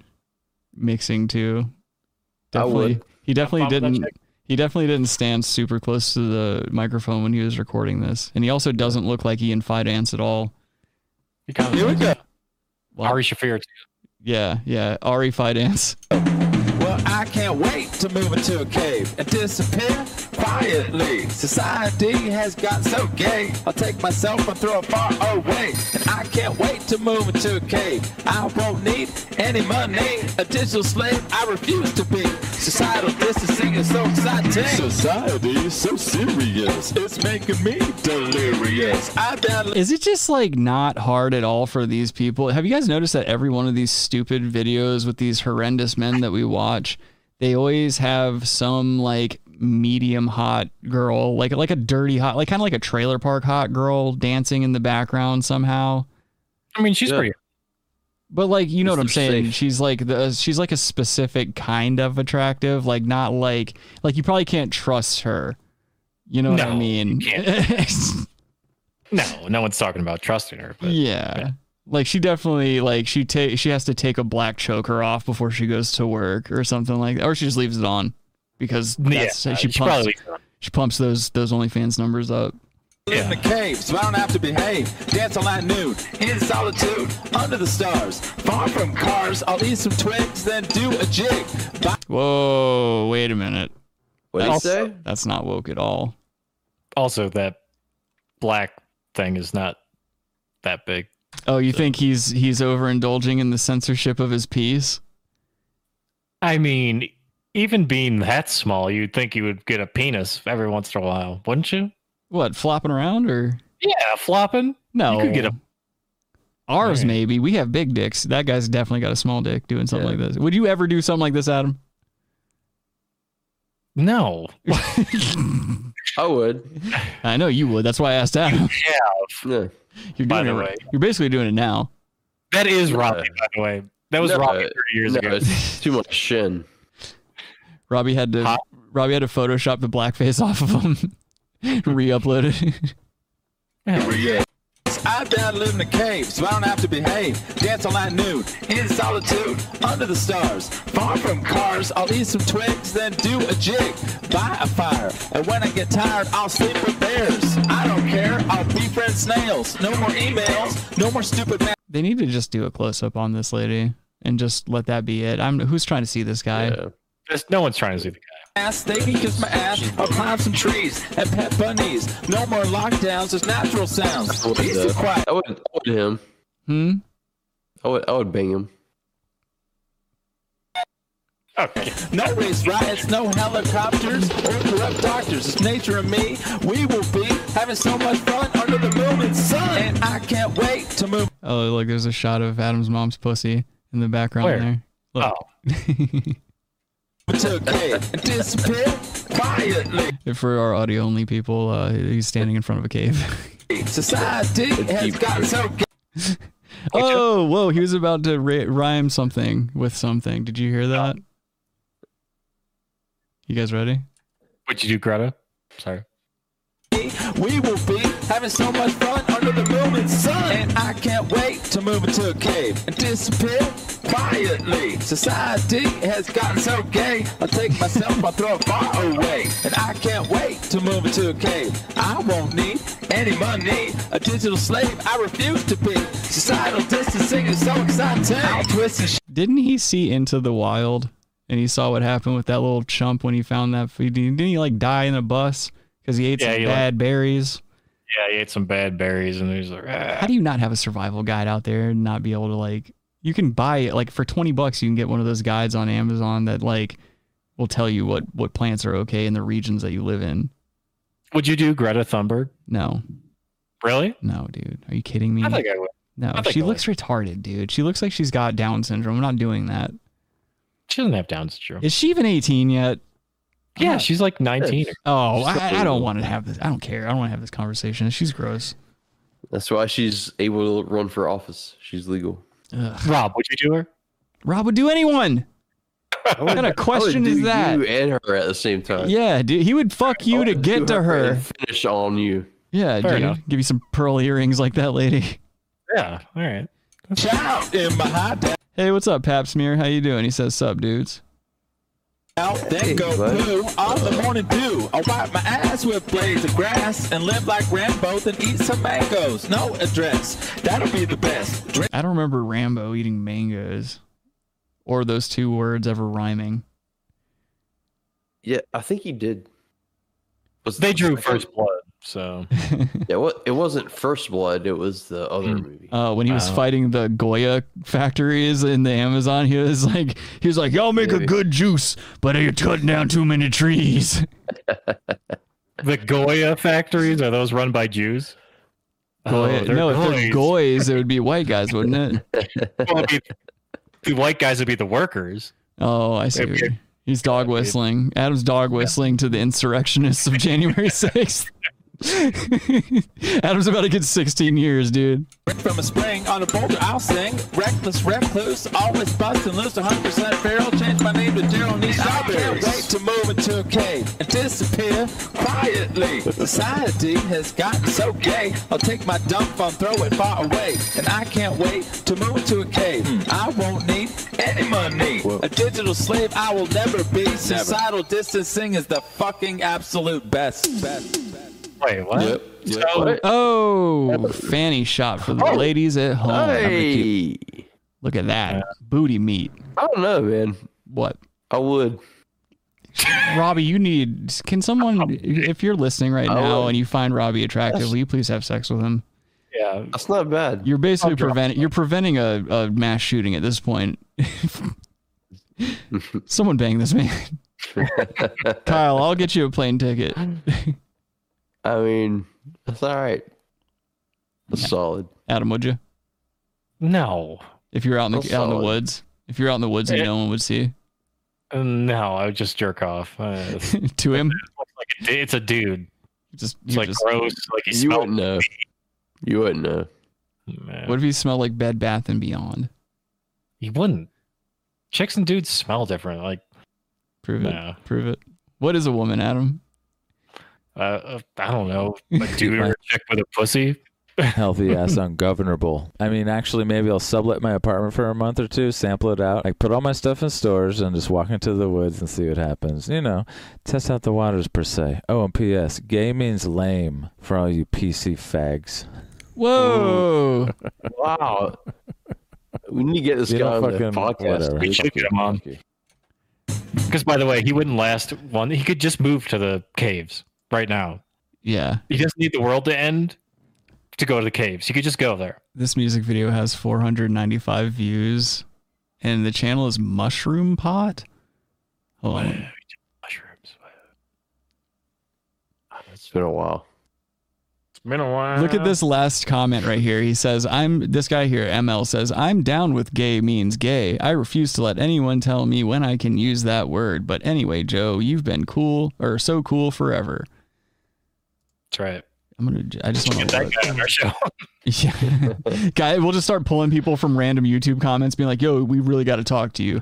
F: mixing too. Definitely,
P: would.
F: he definitely
P: I'll follow that
F: didn't.
P: check.
F: He definitely didn't stand super close to the microphone when he was recording this, and he also doesn't look like Ian Fidance at all.
G: Here we go.
F: Ari
G: Shafir.
F: Yeah, yeah, Ari Fidance.
P: Well, I can't wait to move into a cave and disappear quietly. Society has got so gay. I'll take myself and throw it far away. And I can't wait to move into a cave. I won't need any money. A digital slave, I refuse to be. Societal distancing is so exciting. Society is so serious. It's making me delirious. I download.
F: Is it just like not hard at all for these people? Have you guys noticed that every one of these stupid videos with these horrendous men that we watch, they always have some like medium hot girl, like like a dirty hot, like kind of like a trailer park hot girl dancing in the background somehow.
G: I mean, she's pretty.
F: But like you know what I'm saying, she's like the she's like a specific kind of attractive, like not like like you probably can't trust her. You know what I
G: No,
F: mean?
G: No, no one's talking about trusting her. But
F: yeah. Like she definitely like she take she has to take a black choker off before she goes to work or something like that, or she just leaves it on because
P: Yeah,
F: that's, she
P: she
F: pumps
P: probably leaves it on.
F: she pumps those those OnlyFans numbers up.
P: In the cave, so I don't have to behave. Dance all at noon, in solitude, under the stars, far from cars. I'll eat some twigs, then do a jig. Bye.
F: Whoa, wait a minute.
H: What
G: did he say?
F: That's not woke at all.
G: also that black thing is not that big.
F: Oh, you think he's he's overindulging in the censorship of his piece?
G: I mean, even being that small, you'd think you would get a penis every once in a while, wouldn't you?
F: What flopping around or
G: yeah, flopping?
F: No,
G: you could get a.
F: ours maybe. We have big dicks. That guy's definitely got a small dick doing something like this. Would you ever do something like this, Adam?
G: No,
H: I would.
F: I know you would. That's why I asked Adam.
H: Yeah.
F: You're doing
G: By
F: it
G: the
F: right-
G: way.
F: You're basically doing it now.
G: That is Robbie, by the way. That was
H: No,
G: Robbie 30 years
H: no,
G: ago.
H: it's too much shin.
F: Robbie had to Robbie had to Photoshop the blackface off of him. Re-upload it.
P: Yeah. I battle in the cave, so I don't have to behave. Dance all at noon, in solitude, under the stars, far from cars. I'll eat some twigs, then do a jig by a fire. And when I get tired, I'll sleep with bears. I don't care, I'll befriend snails. No more emails, no more stupid ma-
F: they need to just do a close up on this lady and just let that be it. I'm who's trying to see this guy?
G: There's- no one's trying to see the guy.
P: ass. They can kiss my ass. I'll climb some trees and pet bunnies. No more lockdowns, there's natural sounds.
H: I would,
P: Peace and
H: uh,
P: quiet.
H: I would, I would him.
F: Hmm.
H: I would, I would bang him.
P: No race riots, no helicopters, or corrupt doctors. It's nature and me. We will be having so much fun under the moon and sun. And I can't wait to move
F: Oh, look, there's a shot of Adam's mom's pussy in the background
P: Where?
F: there. Look.
G: Oh.
P: into a cave and disappear quietly.
F: For our audio only people, uh, he's standing in front of a cave.
P: Society has got so gay.
F: oh, whoa, he was about to ri rhyme something with something. Did you hear
G: Uh,
F: that? You guys ready?
G: What'd you do, Greta? Sorry.
P: We will be having so much fun under the moon and sun. And I can't wait to move into a cave and disappear quietly. Society has gotten so gay. I'll take myself, I'll throw it far away. And I can't wait to move into a cave. I won't need any money. A digital slave, I refuse to be. Societal distancing is so exciting. I'll twist and
F: Didn't he see Into the Wild and he saw what happened with that little chump when he found that food? Didn't he like die in a bus because he ate
G: Yeah,
F: some
G: he, like-
F: bad berries?
G: Yeah, he ate some bad berries and he was like, "Ah."
F: How do you not have a survival guide out there and not be able to like? You can buy it like for twenty bucks. You can get one of those guides on Amazon that like will tell you what what plants are okay in the regions that you live in.
G: Would you do Greta Thunberg?
F: No,
G: Really?
F: no, dude, are you kidding me?
G: I think I would.
F: No,
G: I think
F: she
G: I
F: looks retarded, dude. She looks like she's got Down syndrome. I'm not doing that.
G: She doesn't have Down syndrome.
F: Is she even 18 yet?
G: Yeah, she's like 19.
F: Oh, I, I don't want to have this. I don't care. I don't want to have this conversation. She's gross.
H: That's why she's able to run for office. She's legal.
F: Ugh.
G: Rob, would you do her?
F: Rob would do anyone. What kind of question
H: I would
F: is
H: do uh,
F: that?
H: You and her at the same time.
F: Yeah, dude, he would fuck you to get to her.
H: And finish on you.
F: Yeah,
H: Fair
F: dude,
H: enough.
F: give you some pearl earrings like that lady.
G: Yeah. All right.
P: Shout in my hot down.
F: Hey, what's up, Pap Smear? How you doing? He says, "Sup, dudes."
P: Then go
F: bud.
P: poo all the morning dew. I wipe my ass with blades of grass and live like Rambo, then eat some mangoes. No address. That'll be the best. Drink
F: I don't remember Rambo eating mangoes, or those two words ever rhyming.
H: Yeah, I think he did. Was
G: they drew first blood, so
H: yeah, what it wasn't first blood. It was the other
G: Hmm.
H: movie.
F: Uh, when he was
H: Wow.
F: fighting the Goya factories in the Amazon, he was like, he was like, "Y'all make a
H: Maybe.
F: good juice, but you're cutting down too many trees."
G: the Goya factories are those run by Jews? Oh,
F: Goya-
G: they're
F: no, if they're
G: Goys.
F: goys, it would be white guys, wouldn't it?
G: Well, it'd be- the white guys would be the workers.
F: Oh, I see.
G: It'd
F: what
G: be-
F: you- He's dog whistling. Adam's dog whistling to the insurrectionists of January 6th. Adam's about to get 16 years, dude.
P: from a spring on a boulder, I'll sing. Reckless recluse, always busting loose, 100% feral. Change my name to Gerald Nee Strawberry. Can't wait to move into a cave and disappear quietly. Society has gotten so gay. I'll take my dump and throw it far away. And I can't wait to move to a cave. I won't need any money. A digital slave I will never be. Societal distancing is the fucking absolute best. best.
G: Wait, what?
H: Yep. yep.
G: So-
F: Oh, fanny shot for the ladies at home. Have a cute-
H: Oh, Hey,
F: Look at that. Booty meat.
H: I don't know, man.
F: What?
H: I would.
F: Robbie, you need. Can someone, if you're listening right
H: I
F: now
H: would.
F: and you find Robbie attractive, will you please have sex with him?
G: Yeah,
H: that's not bad.
F: You're basically preventing. You're preventing a, a mass shooting at this point. Someone bang this man, Kyle. I'll get you a plane ticket.
H: I mean, that's all right. That's solid.
F: Adam, would you?
G: No.
F: If you're out in the
G: That's
F: out in the
G: solid.
F: woods, if you're out in the woods and
G: Eh.
F: no one would see
G: Uh, No, I would just jerk off. Uh, it's,
F: you, to him,
G: like a, du- it's a dude.
F: Just
G: it's like
F: just-
G: gross. Like he
H: You
G: smells.
H: wouldn't know. You wouldn't know.
F: what if he smelled like Bed Bath and Beyond?
G: He wouldn't. Chicks and dudes smell different. Like
F: Prove
G: Nah.
F: it. Prove it. What is a woman, Adam?
G: uh, uh, I don't know, a dude or a chick with a pussy.
R: Healthy ass ungovernable. I mean, actually, maybe I'll sublet my apartment for a month or two, sample it out, like put all my stuff in stores, and just walk into the woods and see what happens. You know, test out the waters per se. Oh, and P.S. Gay means lame for all you PC fags.
F: Whoa!
H: Wow. We need to get this
R: You
H: guy
R: don't
H: on
R: fucking-
H: the podcast.
R: whatever.
G: We should get him on. Because by the way, he wouldn't last one. He could just move to the caves right now.
F: Yeah,
G: He doesn't need the world to end to go to the caves. He could just go there.
F: this music video has 495 views, and the channel is Mushroom Pot. Hold on.
G: Mushrooms.
H: Ah, It's been a while.
G: It's been a while.
F: Look at this last comment right here. He says, I'm this guy here, ML says, I'm down with gay means gay. I refuse to let anyone tell me when I can use that word. But anyway, Joe, you've been cool or so cool forever.
G: That's right.
F: I'm gonna j- I just want
G: Get
F: to
G: that guy on our show.
F: Yeah. guy, we'll just start pulling people from random YouTube comments being like, yo, we really gotta talk to you.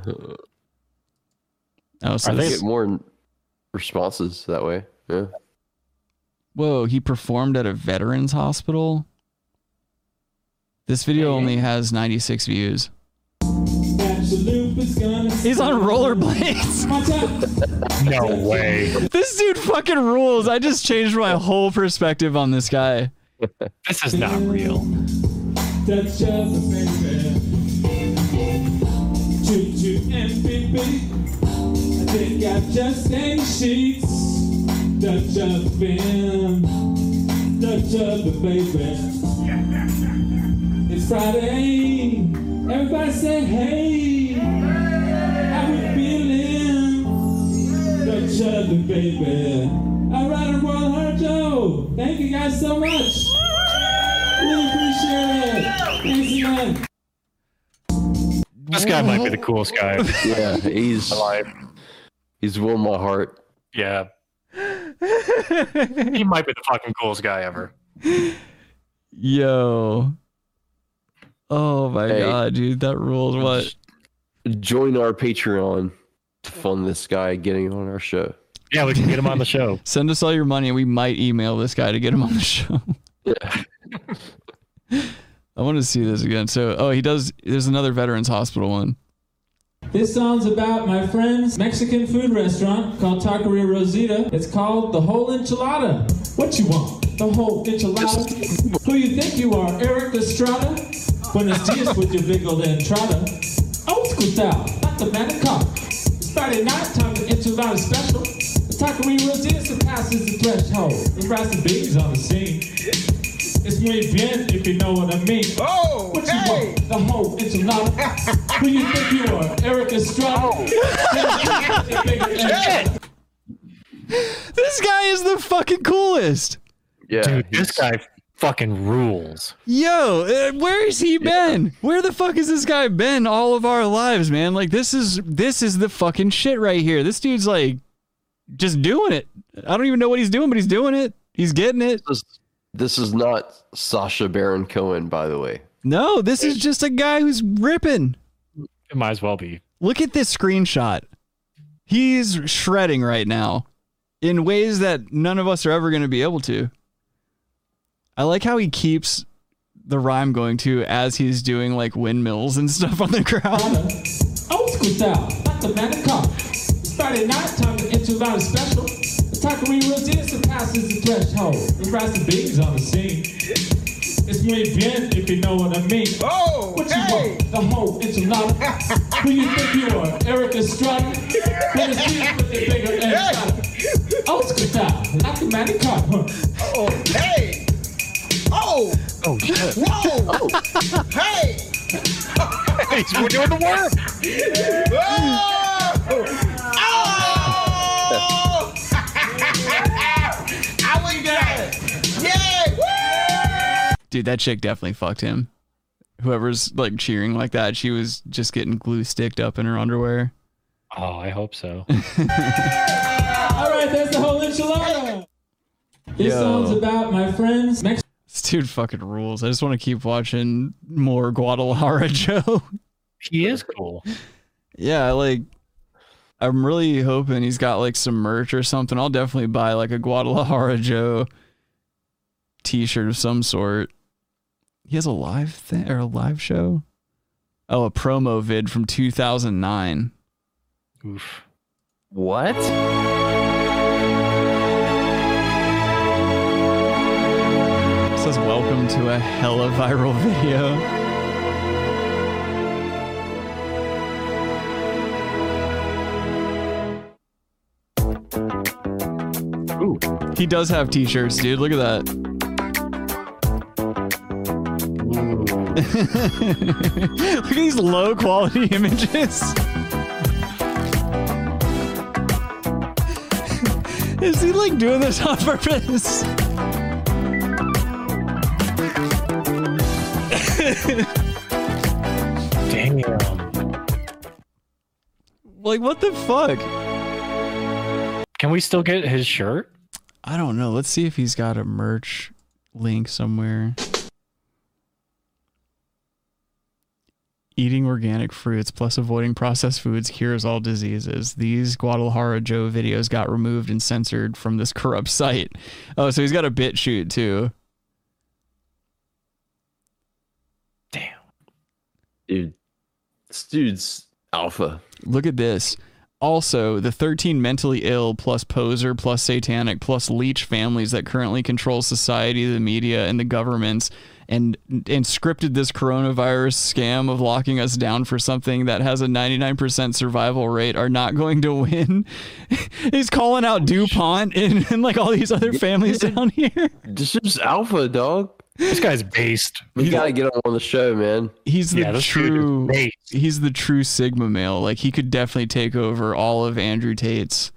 F: Oh, so
H: I think
F: this-
H: get more responses that way. Yeah.
F: Whoa, he performed at a veterans hospital. This video only has 96 views.
P: He's
F: on rollerblades.
G: No way.
F: This dude fucking rules. I just changed my whole perspective on this guy.
G: This is not real.
P: That's just a baby. Choo choo MPP. I think I just ate sheets. Dutch oven. Dutch oven, baby. It's Friday. Everybody say hey. How we feeling? Dutch oven, baby. All right, I'm Ron Harjo. Thank you guys so much. Really appreciate it. Thanks again.
G: This guy might be the coolest guy.
H: Yeah, he's alive. He's won my heart.
G: Yeah. he might be the fucking coolest guy ever.
F: Yo. Oh my
H: Hey.
F: god, dude, that rules. What?
H: Join our Patreon to fund this guy getting on our show.
G: Yeah, we can get him on the show.
F: Send us all your money and we might email this guy to get him on the show. I want to see this again. So, oh, he does. There's another Veterans Hospital one.
S: This song's about my friend's Mexican food restaurant called Taqueria Rosita. It's called The Whole Enchilada. What you want? The whole enchilada? Who you think you are, Eric Estrada? Buenos dias with your big old entrada. Old school style, like the manicock. It's Friday night, time for enchilada special. The Taqueria Rosita surpasses the threshold. The rice and beans on the scene. It's muy bien, if you know what I mean. Oh, what you want? The whole enchilada? Who you think you are, Eric Estrada?
F: This guy is the fucking coolest.
H: Yeah.
G: Dude, this guy fucking rules.
F: Yo, uh, where has he been? Where the fuck has this guy been all of our lives, man? Like this is this is the fucking shit right here. This dude's like just doing it. I don't even know what he's doing, but he's doing it. He's getting it.
H: This is not Sasha Baron Cohen, by the way.
F: No, this is just a guy who's ripping.
G: It might as well be.
F: Look at this screenshot. He's shredding right now in ways that none of us are ever going to be able to. I like how he keeps the rhyme going too as he's doing like windmills and stuff on the ground.
S: Old school style, like the manicock. It's Friday night, time for enchilada special. The Taqueria Rosita surpasses the threshold. The rice and beans on the scene. It's muy bien, if you know what I mean. Oh, what you want? The whole enchilada. Who you think you are, Eric Estrada? Better see it with the bigger enchilada. Old school style, like the manicock. Oh, hey. Oh.
G: Oh shit.
S: Whoa.
F: Oh.
S: hey.
G: We're doing the work.
S: Oh.
F: Dude, that chick definitely fucked him. Whoever's like cheering like that, she was just getting glue sticked up in her underwear.
G: Oh, I hope so.
S: All right, that's the whole enchilada. This
F: Yo.
S: song's about my friends. Mex-
F: This dude fucking rules. I just want to keep watching more Guadalajara Joe.
G: He is cool.
F: Yeah, like I'm really hoping he's got like some merch or something. I'll definitely buy like a Guadalajara Joe t-shirt of some sort. He has a live thing or a live show. Oh, a promo vid from 2009.
G: Oof.
F: What? says welcome to a hella viral video. Ooh. He does have t-shirts, dude. Look at that. Look at these low quality images. Is he like doing this on purpose?
G: Damn.
F: Like what the fuck?
G: Can we still get his shirt?
F: I don't know. Let's see if he's got a merch link somewhere. Eating organic fruits plus avoiding processed foods cures all diseases. These Guadalajara Joe videos got removed and censored from this corrupt site. Oh, so he's got a bit shoot too.
H: Dude, this dude's alpha.
F: Look at this. Also, the 13 mentally ill plus poser plus satanic plus leech families that currently control society, the media, and the governments and and scripted this coronavirus scam of locking us down for something that has a 99% survival rate are not going to win. He's calling out DuPont and, and like all these other families down here.
H: This is alpha, dog.
G: This guy's based.
H: We gotta get him on the show, man.
F: He's the
H: Yeah, this dude is
F: true he's the true sigma male. Like he could definitely take over all of Andrew Tate's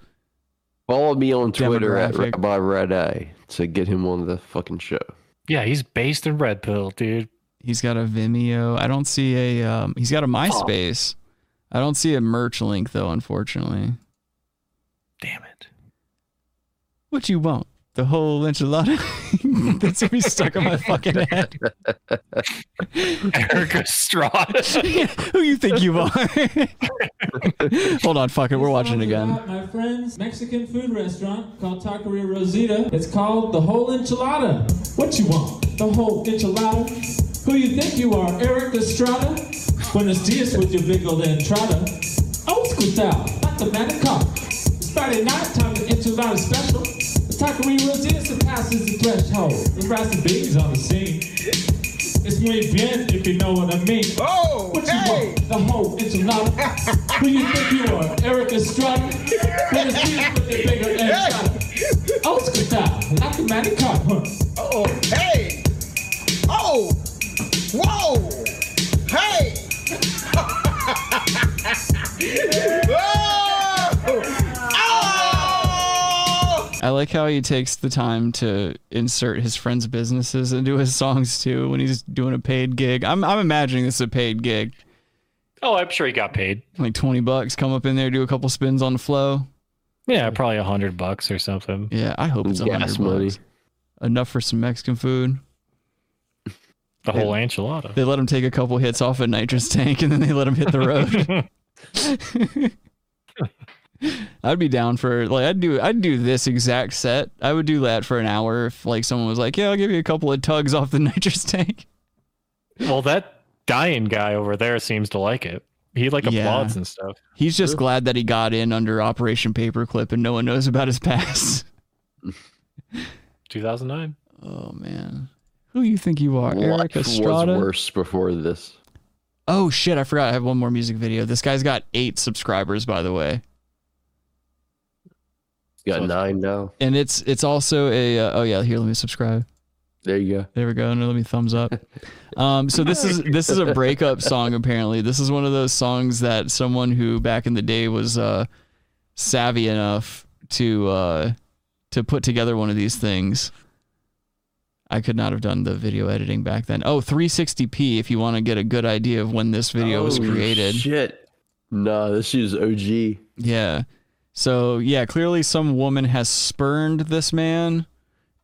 H: Follow me on Twitter at
F: Demographic.
H: Rabbi Red Eye to get him on the fucking show.
G: Yeah, he's based in Red Pill, dude.
F: He's got a Vimeo. I don't see a. Um, he's got a MySpace. I don't see a merch link though, unfortunately. Damn it. What you want? The whole enchilada? That's gonna be stuck in my fucking head.
G: Erica Estrada.
F: Who you think you are? Hold on, fuck it. We're watching it again.
S: At my friend's Mexican food restaurant called Taqueria Rosita. It's called the whole enchilada. What you want? The whole enchilada? Who you think you are, Eric Estrada? Buenos dias with your big old entrada. Old school style, not the manicock. It's Friday night, time for enchilada special. The Taqueria Rosita surpasses the threshold. The rice and beans on the scene. It's muy bien, if you know what I mean. Oh, what you want? The whole enchilada. Who you think you are? Eric Estrada. Let us see with the bigger enchilada. Old school style, like the Matty Cop, huh? Oh, hey. Oh, whoa, hey.
F: I like how he takes the time to insert his friends' businesses into his songs too when he's doing a paid gig. I'm I'm imagining this is a paid gig.
G: Oh, I'm sure he got paid.
F: Like 20 bucks, come up in there, do a couple spins on the flow.
G: Yeah, probably a hundred bucks or something.
F: Yeah, I hope it's a
G: Gas
F: hundred
G: money.
F: bucks. Enough for some Mexican food.
G: The whole enchilada.
F: They let him take a couple hits off a nitrous tank and then they let him hit the road. I'd be down for like I'd do I'd do this exact set. I would do that for an hour if like someone was like, "Yeah, I'll give you a couple of tugs off the nitrous tank."
G: Well, that dying guy over there seems to like it. He like
F: Yeah.
G: applauds and stuff.
F: He's just glad that he got in under Operation Paperclip and no one knows about his past.
G: 2009.
F: Oh man, who you think you are,
H: Life
F: Eric
H: was
F: Estrada?
H: worse before this.
F: Oh shit, I forgot I have one more music video. This guy's got eight subscribers, by the way.
H: You got nine now.
F: And it's it's also a uh, oh yeah here let me subscribe.
H: There you go.
F: There we go. And let me thumbs up. Um, so this is this is a breakup song apparently. This is one of those songs that someone who back in the day was uh, savvy enough to uh, to put together one of these things. I could not have done the video editing back then. Oh, 360p if you want to get a good idea of when this video was
H: Holy
F: created.
H: Shit. Nah, this is OG.
F: Yeah. So yeah, clearly some woman has spurned this man,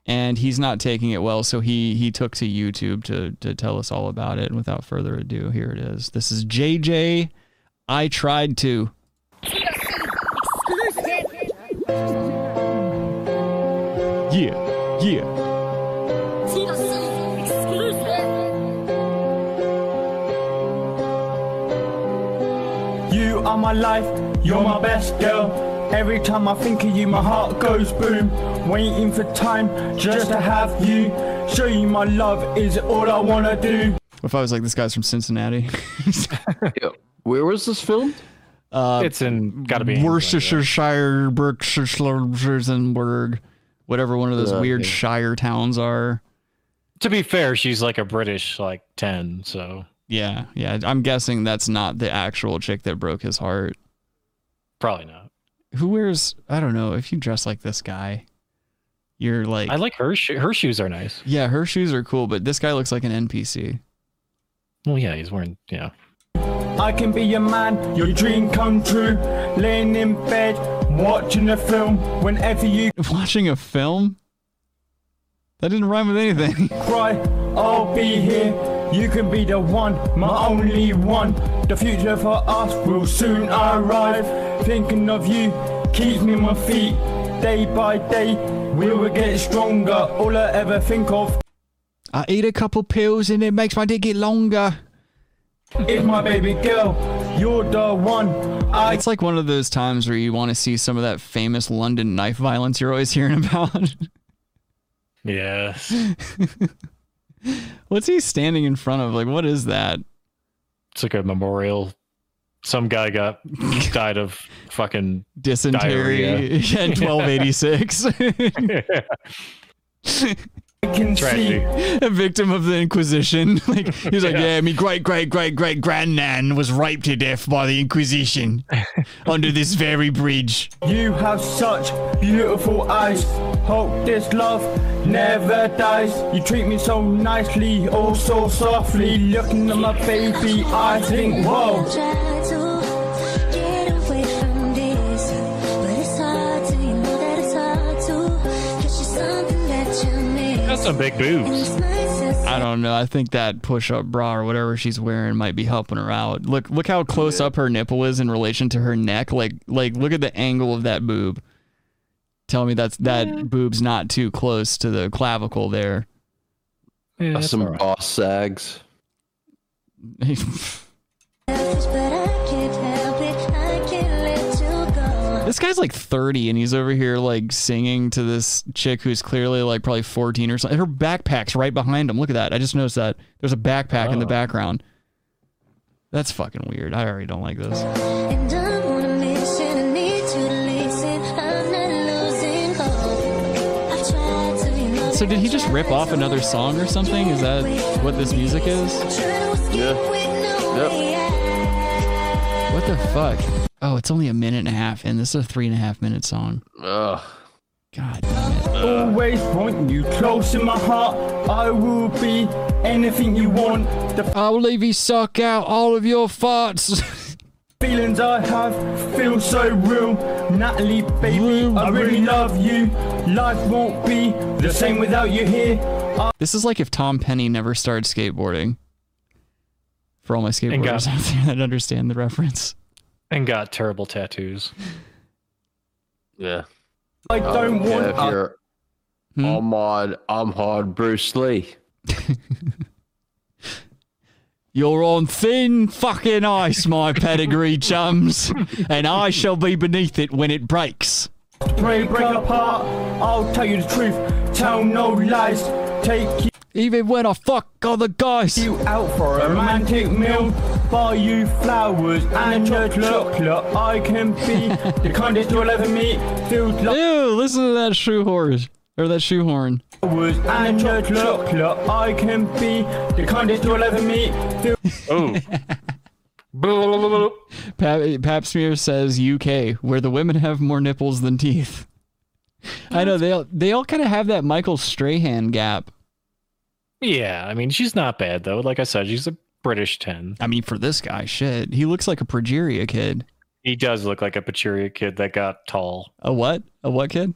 F: and he's not taking it well. So he he took to YouTube to to tell us all about it. And without further ado, here it is. This is JJ. I tried to. Yeah, yeah.
T: You are my life, you're my best girl. Every time I think of you, my heart goes boom. Waiting for time just to have you. Show you my love is all I wanna do.
F: If I was like this guy's from Cincinnati,
H: Where was this filmed?
F: Uh,
G: it's in gotta be in
F: Worcestershire, Berkshire, Schwarzenberg, whatever one of those
G: Uh,
F: weird
G: yeah.
F: shire towns are.
G: To be fair, she's like a British like 10, so
F: Yeah, yeah. I'm guessing that's not the actual chick that broke his heart.
G: Probably not.
F: Who wears? I don't know. If you dress like this guy, you're like.
G: I like her sho- her shoes are nice.
F: Yeah, her shoes are cool, but this guy looks like an NPC.
G: Well, yeah, he's wearing yeah.
T: I can be your man, your dream come true. Laying in bed, watching a film. Whenever you
F: Watching a film. That didn't rhyme with anything.
T: cry, I'll be here. You can be the one, my only one. The future for us will soon arrive. Thinking of you keeps me on my feet. Day by day, we will get stronger. All I ever think of
F: I eat a couple pills and it makes my dick get longer.
T: is my baby girl. You're the one.
F: it's like one of those times where you want to see some of that famous London knife violence you're always hearing about.
G: Yes.
F: What's he standing in front of? Like, what is that?
G: It's like a memorial. Some guy got died of fucking
F: Dysentery.
G: diarrhea.
F: Yeah, 1286.
G: Tragedy.
F: a victim of the Inquisition. Like he's like, yeah, me great great great great grandnan was raped to death by the Inquisition under this very bridge.
T: You have such beautiful eyes. Hope this love never dies. You treat me so nicely, oh so softly. Looking at my baby, I think, whoa.
U: Get away from this, but it's hard to, you know that it's hard to.
G: some big boobs.
F: I don't know. I think that push-up bra or whatever she's wearing might be helping her out. Look, look how close up her nipple is in relation to her neck. Like, like look at the angle of that boob. Tell me that's that boob's not too close to the clavicle there.
H: Uh, some boss sags.
F: This guy's like 30 and he's over here like singing to this chick who's clearly like probably 14 or something. Her backpack's right behind him. Look at that. I just noticed that. There's a backpack in the
U: Oh.
F: background. That's fucking weird. I already don't like this. So did he just rip off another song or something? Is that what this music is?
H: Yeah.
F: What the fuck? Oh, it's only a minute and a half in. This is a three and a half minute song.
H: Ugh.
T: Always want you close in my heart. I will be anything you want. The
F: I'll leave you suck out all of your farts.
T: feelings I have feel so real. Natalie, baby, I really love you. Life won't be the same without you here. I
F: This is like if Tom Penny never started skateboarding. For all my
G: And got-
F: skateboarders out there that understand the reference.
G: and got terrible tattoos.
H: Yeah.
T: I don't want-
H: Oh, if you're
F: Hmm?
H: Ahmad Ahmad Bruce Lee.
F: You're on thin fucking ice, my pedigree chums, and I shall be beneath it when it breaks.
T: pray break apart. I'll tell you the truth. Tell no lies. Take you.
F: Even when I fuck other guys.
T: You out for a romantic meal. Buy you flowers and a chocolate. I can be the kindest you'll ever meet. Filled like
F: Ew, listen to that shoehorn. Or that shoehorn.
T: flowers and a chocolate. I can be the kindest you'll ever meet. Filled
G: Oh.
F: Pap, Pap Smear says UK, where the women have more nipples than teeth. I know they all, they all kind of have that Michael Strahan gap.
G: Yeah, I mean she's not bad though. Like I said, she's a British ten.
F: I mean, for this guy, shit, he looks like a progeria kid.
G: He does look like a Pachuria kid that got tall.
F: A what? A what kid?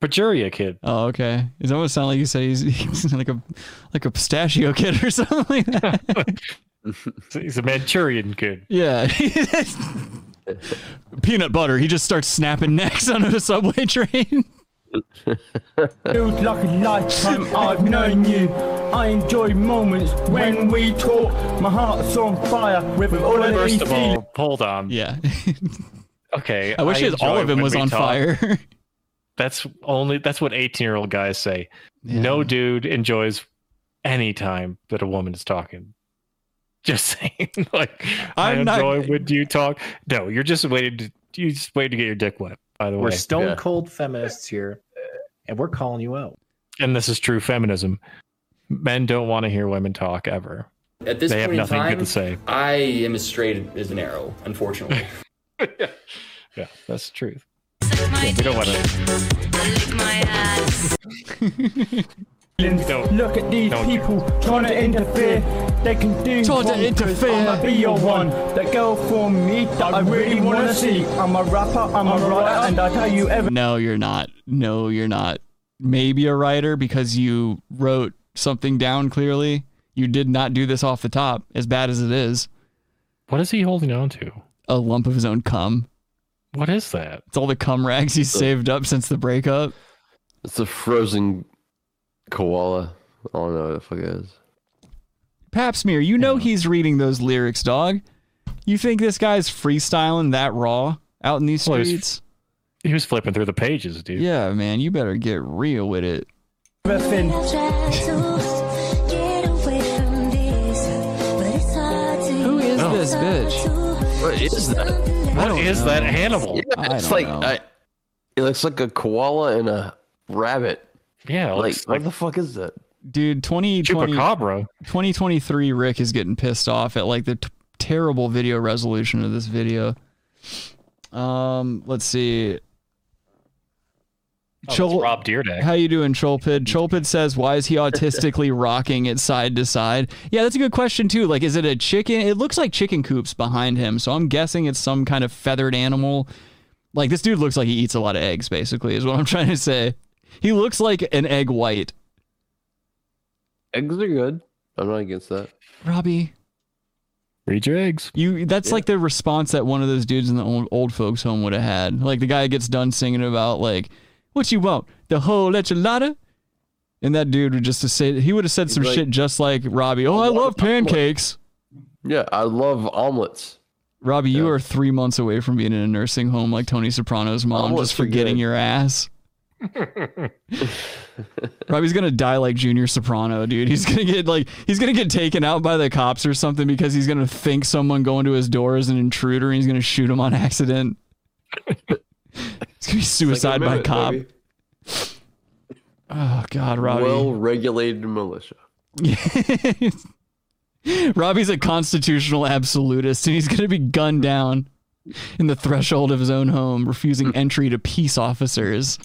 G: Pachuria kid.
F: Oh, okay. It's almost sound like you said he's, he's like a like a pistachio kid or something like that.
G: He's a Manchurian kid.
F: yeah. Peanut butter. He just starts snapping necks on a subway train.
T: Feels like a lifetime I've known you. I enjoy moments when we talk. My heart's on fire with all of these
G: First of
T: feelings.
G: all, hold on.
F: Yeah.
G: Okay.
F: I wish his- all
G: enjoy
F: of him
G: when
F: was
G: we
F: on
G: talk.
F: fire.
G: That's only that's what eighteen year old guys say. No dude enjoys any time that a woman is talking. Just saying, like i
F: I'm not-
G: enjoy when you talk. No, you're just waiting. To, you just waiting to get your dick wet. By the way,
C: We're stone
G: Yeah.
C: cold feminists here, and we're calling you out.
G: and this is true feminism. Men don't want to hear women talk ever.
V: At this
G: they have
V: point
G: nothing
V: in time,
G: good to say.
V: I am as straight as an arrow, unfortunately.
G: Yeah, that's the truth. Yeah, we don't want to.
T: Look at these people trying to interfere. They can do wrong
F: Trying to
T: 'cause
F: interfere.
T: I'ma be your one. That girl for me that I really wanna see. I'm a rapper, I'm a writer, and I tell you every
F: No, you're not. No, you're not. Maybe a writer because you wrote something down clearly. You did not do this off the top, as bad as it is.
G: What is he holding on to?
F: A lump of his own cum.
G: What is that?
F: It's all the cum rags he's saved up since the breakup.
H: It's a frozen koala. I don't know what the fuck it is.
F: Papsmear, you know he's reading those lyrics, dog. You think this guy's freestyling that raw out in these
G: Well, he's-
F: streets?
G: He was flipping through the pages, dude.
F: Yeah, man, you better get real with it.
T: everything.
F: Who is
H: Oh.
F: this bitch?
H: What is that?
G: What is that animal?
H: Yeah, it's like I, it looks like a koala and a rabbit.
G: Yeah, it
H: like,
G: looks
H: what the fuck is that?
F: Dude, 2020,
G: Chupacabra.
F: 2023 Rick is getting pissed off at like the t- terrible video resolution of this video. Um, let's see.
G: Oh, it's
F: Chol-
G: Rob Dyrdek.
F: How you doing, Cholpid? Cholpid says, "Why is he autistically rocking it side to side?" Yeah, that's a good question too. Like, is it a chicken? It looks like chicken coops behind him, so I'm guessing it's some kind of feathered animal. Like this dude looks like he eats a lot of eggs. Basically, is what I'm trying to say. He looks like an egg white.
H: Eggs are good. I'm not against that.
F: Robbie.
G: Read your eggs.
F: You. That's like the response that one of those dudes in the old, old folks home would have had. Like the guy gets done singing about like, what you want, the whole enchilada, and that dude would just to say he would have said
H: He's
F: some
H: like,
F: shit just like Robbie. Oh, I love pancakes.
H: Yeah, I love omelets.
F: Robbie, you are three months away from being in a nursing home like Tony Soprano's mom,
H: Omelets
F: just
H: are
F: forgetting
H: good.
F: your ass. Robbie's gonna die like Junior Soprano, dude. He's gonna get like he's gonna get taken out by the cops or something because he's gonna think someone going to his door is an intruder and he's gonna shoot him on accident. it's gonna be suicide by
H: minute,
F: cop.
H: baby.
F: Oh God, Robbie.
H: Well-regulated militia.
F: Robbie's a constitutional absolutist and he's gonna be gunned down in the threshold of his own home, refusing entry to peace officers.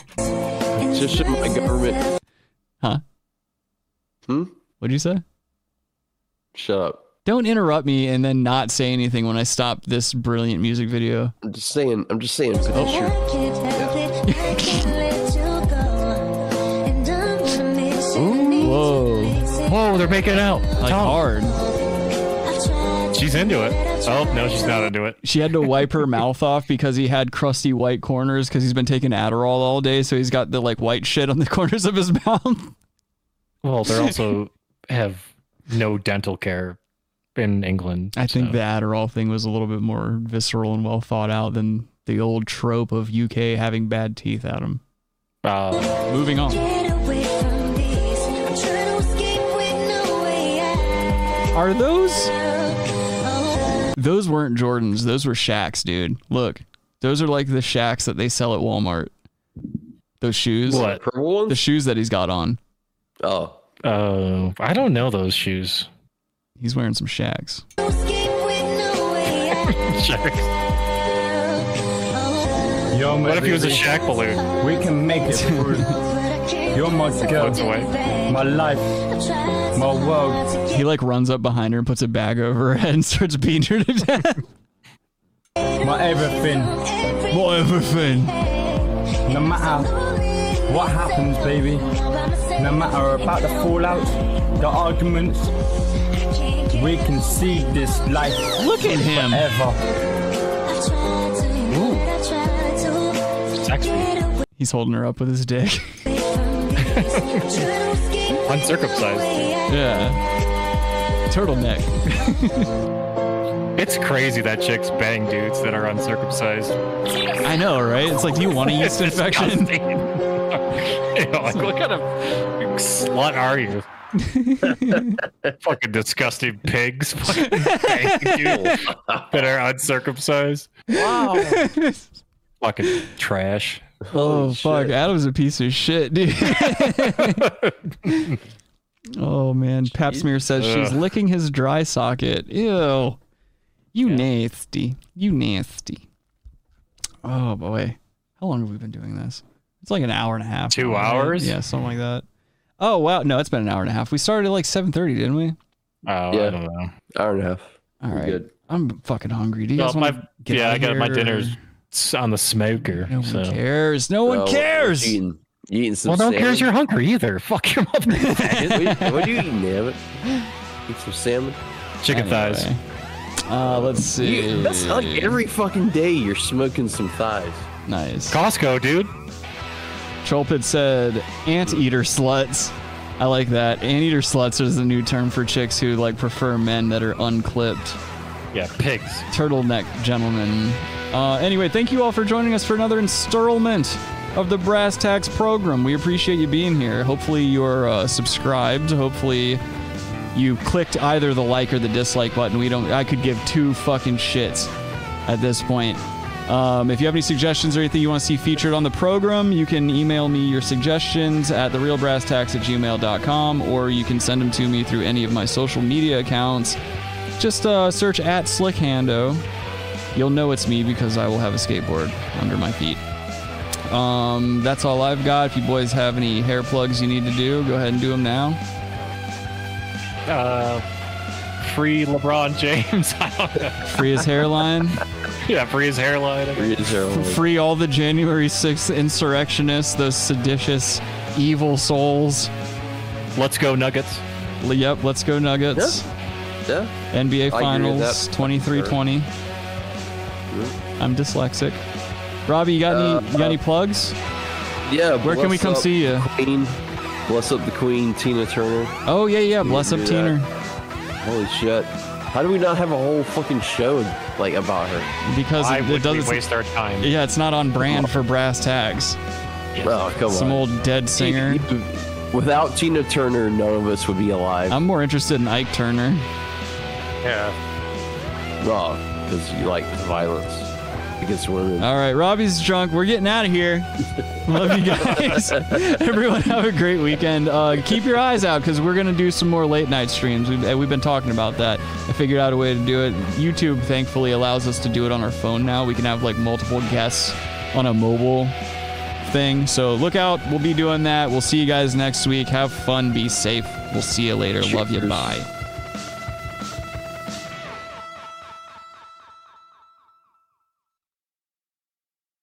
H: Just shit my government.
F: Huh?
H: Hmm?
F: What'd you say?
H: Shut up.
F: Don't interrupt me and then not say anything when I stop this brilliant music video.
H: I'm just saying. I'm just saying. Picture.
G: Whoa. Whoa, they're making out.
F: Like
G: Tom.
F: hard.
G: She's into it. Oh, no, she's not into it.
F: She had to wipe her mouth off because he had crusty white corners because he's been taking Adderall all day, so he's got the like white shit on the corners of his mouth.
G: Well, they also have no dental care in England.
F: I think the Adderall thing was a little bit more visceral and well thought out than the old trope of UK having bad teeth, Adam.
H: Oh.
G: Uh,
F: Moving on. Are those Those weren't Jordans. Those were Shacks, dude. Look, those are like the Shacks that they sell at Walmart. Those shoes.
G: What?
F: The shoes that he's got on.
H: Oh.
G: Oh, I don't know those shoes.
F: He's wearing some Shacks.
T: You're my
G: What if he was a
T: baby.
G: shack balloon?
T: We can make it through. You're my girl. My life. My world.
F: He like runs up behind her and puts a bag over her head and starts beating her to death.
T: My everything.
F: My everything.
T: No matter what happens, baby. No matter about the fallout, the arguments. We can see this life.
F: Look at him. He's holding her up with his dick.
G: Uncircumcised.
F: Yeah. Turtleneck.
G: It's crazy that chicks bang dudes that are uncircumcised.
F: I know, right? It's like, do you want a yeast
G: It's
F: infection?
G: disgusting. You know, like, what kind of slut are you? Fucking disgusting pigs. Fucking bang dudes that are uncircumcised.
F: Wow.
G: Fucking trash.
F: oh fuck, Adam's a piece of shit, dude. oh man, Pap smear says she's
G: Ugh.
F: licking his dry socket. Ew. You nasty. You nasty. Oh boy. How long have we been doing this? It's like an hour and a half.
G: Two
F: now, right?
G: hours?
F: Yeah, something like that. Oh wow. No, it's been an hour and a half. We started at like seven thirty, didn't we?
G: Oh,
H: yeah.
G: I don't know.
H: Hour and a half.
F: All right.
H: Good.
F: I'm fucking hungry. Do you
G: Well,
F: guys want
G: my-
F: to get
G: yeah,
F: out
G: I
F: of
G: got my
F: here,
G: dinners
F: or-
G: s- on the smoker.
F: No
G: so.
F: one cares. No one cares.
H: You eating, you eating some
G: Well, no one cares
H: salmon?
G: you're hungry either. Fuck your mother.
H: what, are you, what are you eating, Dammit? Eat some salmon.
G: Chicken thighs.
F: Uh, let's see.
H: You, that's like every fucking day you're smoking some thighs.
F: Nice.
G: Costco, dude.
F: Trollpit said, anteater sluts. I like that. Anteater sluts is the new term for chicks who like prefer men that are unclipped.
G: Yeah, pigs.
F: Turtleneck gentlemen. Uh, anyway, thank you all for joining us for another installment of the Brass Tax program. We appreciate you being here. Hopefully, you're uh, subscribed. Hopefully, you clicked either the like or the dislike button. We don't. I could give two fucking shits at this point. Um, if you have any suggestions or anything you want to see featured on the program, you can email me your suggestions at therealbrasstax at gmail.com or you can send them to me through any of my social media accounts. Just uh, search at SlickHando. You'll know it's me because I will have a skateboard under my feet. Um, that's all I've got. If you boys have any hair plugs you need to do, go ahead and do them now.
G: Uh, free LeBron James. I don't know.
F: Free his hairline.
G: Yeah, free his hairline.
H: Free his hairline.
F: free all the January 6th insurrectionists, those seditious, evil souls.
G: Let's go Nuggets.
F: L- Yep, let's go Nuggets.
H: Yeah.
F: NBA
H: I agree with
F: Finals
H: that.
F: 23-20. I'm dyslexic. Robbie, you got
H: Uh,
F: any you got any plugs?
H: Yeah.
F: Where can we
H: bless
F: come
H: up
F: see you?
H: Queen. Bless up the Queen, Tina Turner.
F: Oh yeah, yeah. Bless up Tina.
H: Holy shit! How do we not have a whole fucking show like about her?
F: Because
H: Why
F: it, it
H: would we
F: doesn't
H: waste our time?
F: Yeah, it's not on brand for brass tags.
H: Oh come
F: Some
H: on!
F: old dead singer.
H: Without Tina Turner, none of us would be alive.
F: I'm more interested in Ike Turner.
H: Yeah. Oh, because you like violence against women.
F: All right, Robbie's drunk. We're getting out of here. Love you guys. Everyone have a great weekend. Uh, keep your eyes out because we're gonna do some more late night streams. We've, uh, we've been talking about that. I figured out a way to do it. YouTube thankfully allows us to do it on our phone now. We can have like multiple guests on a mobile thing. So look out. We'll be doing that. We'll see you guys next week. Have fun. Be safe. We'll see you later. Love you. Bye.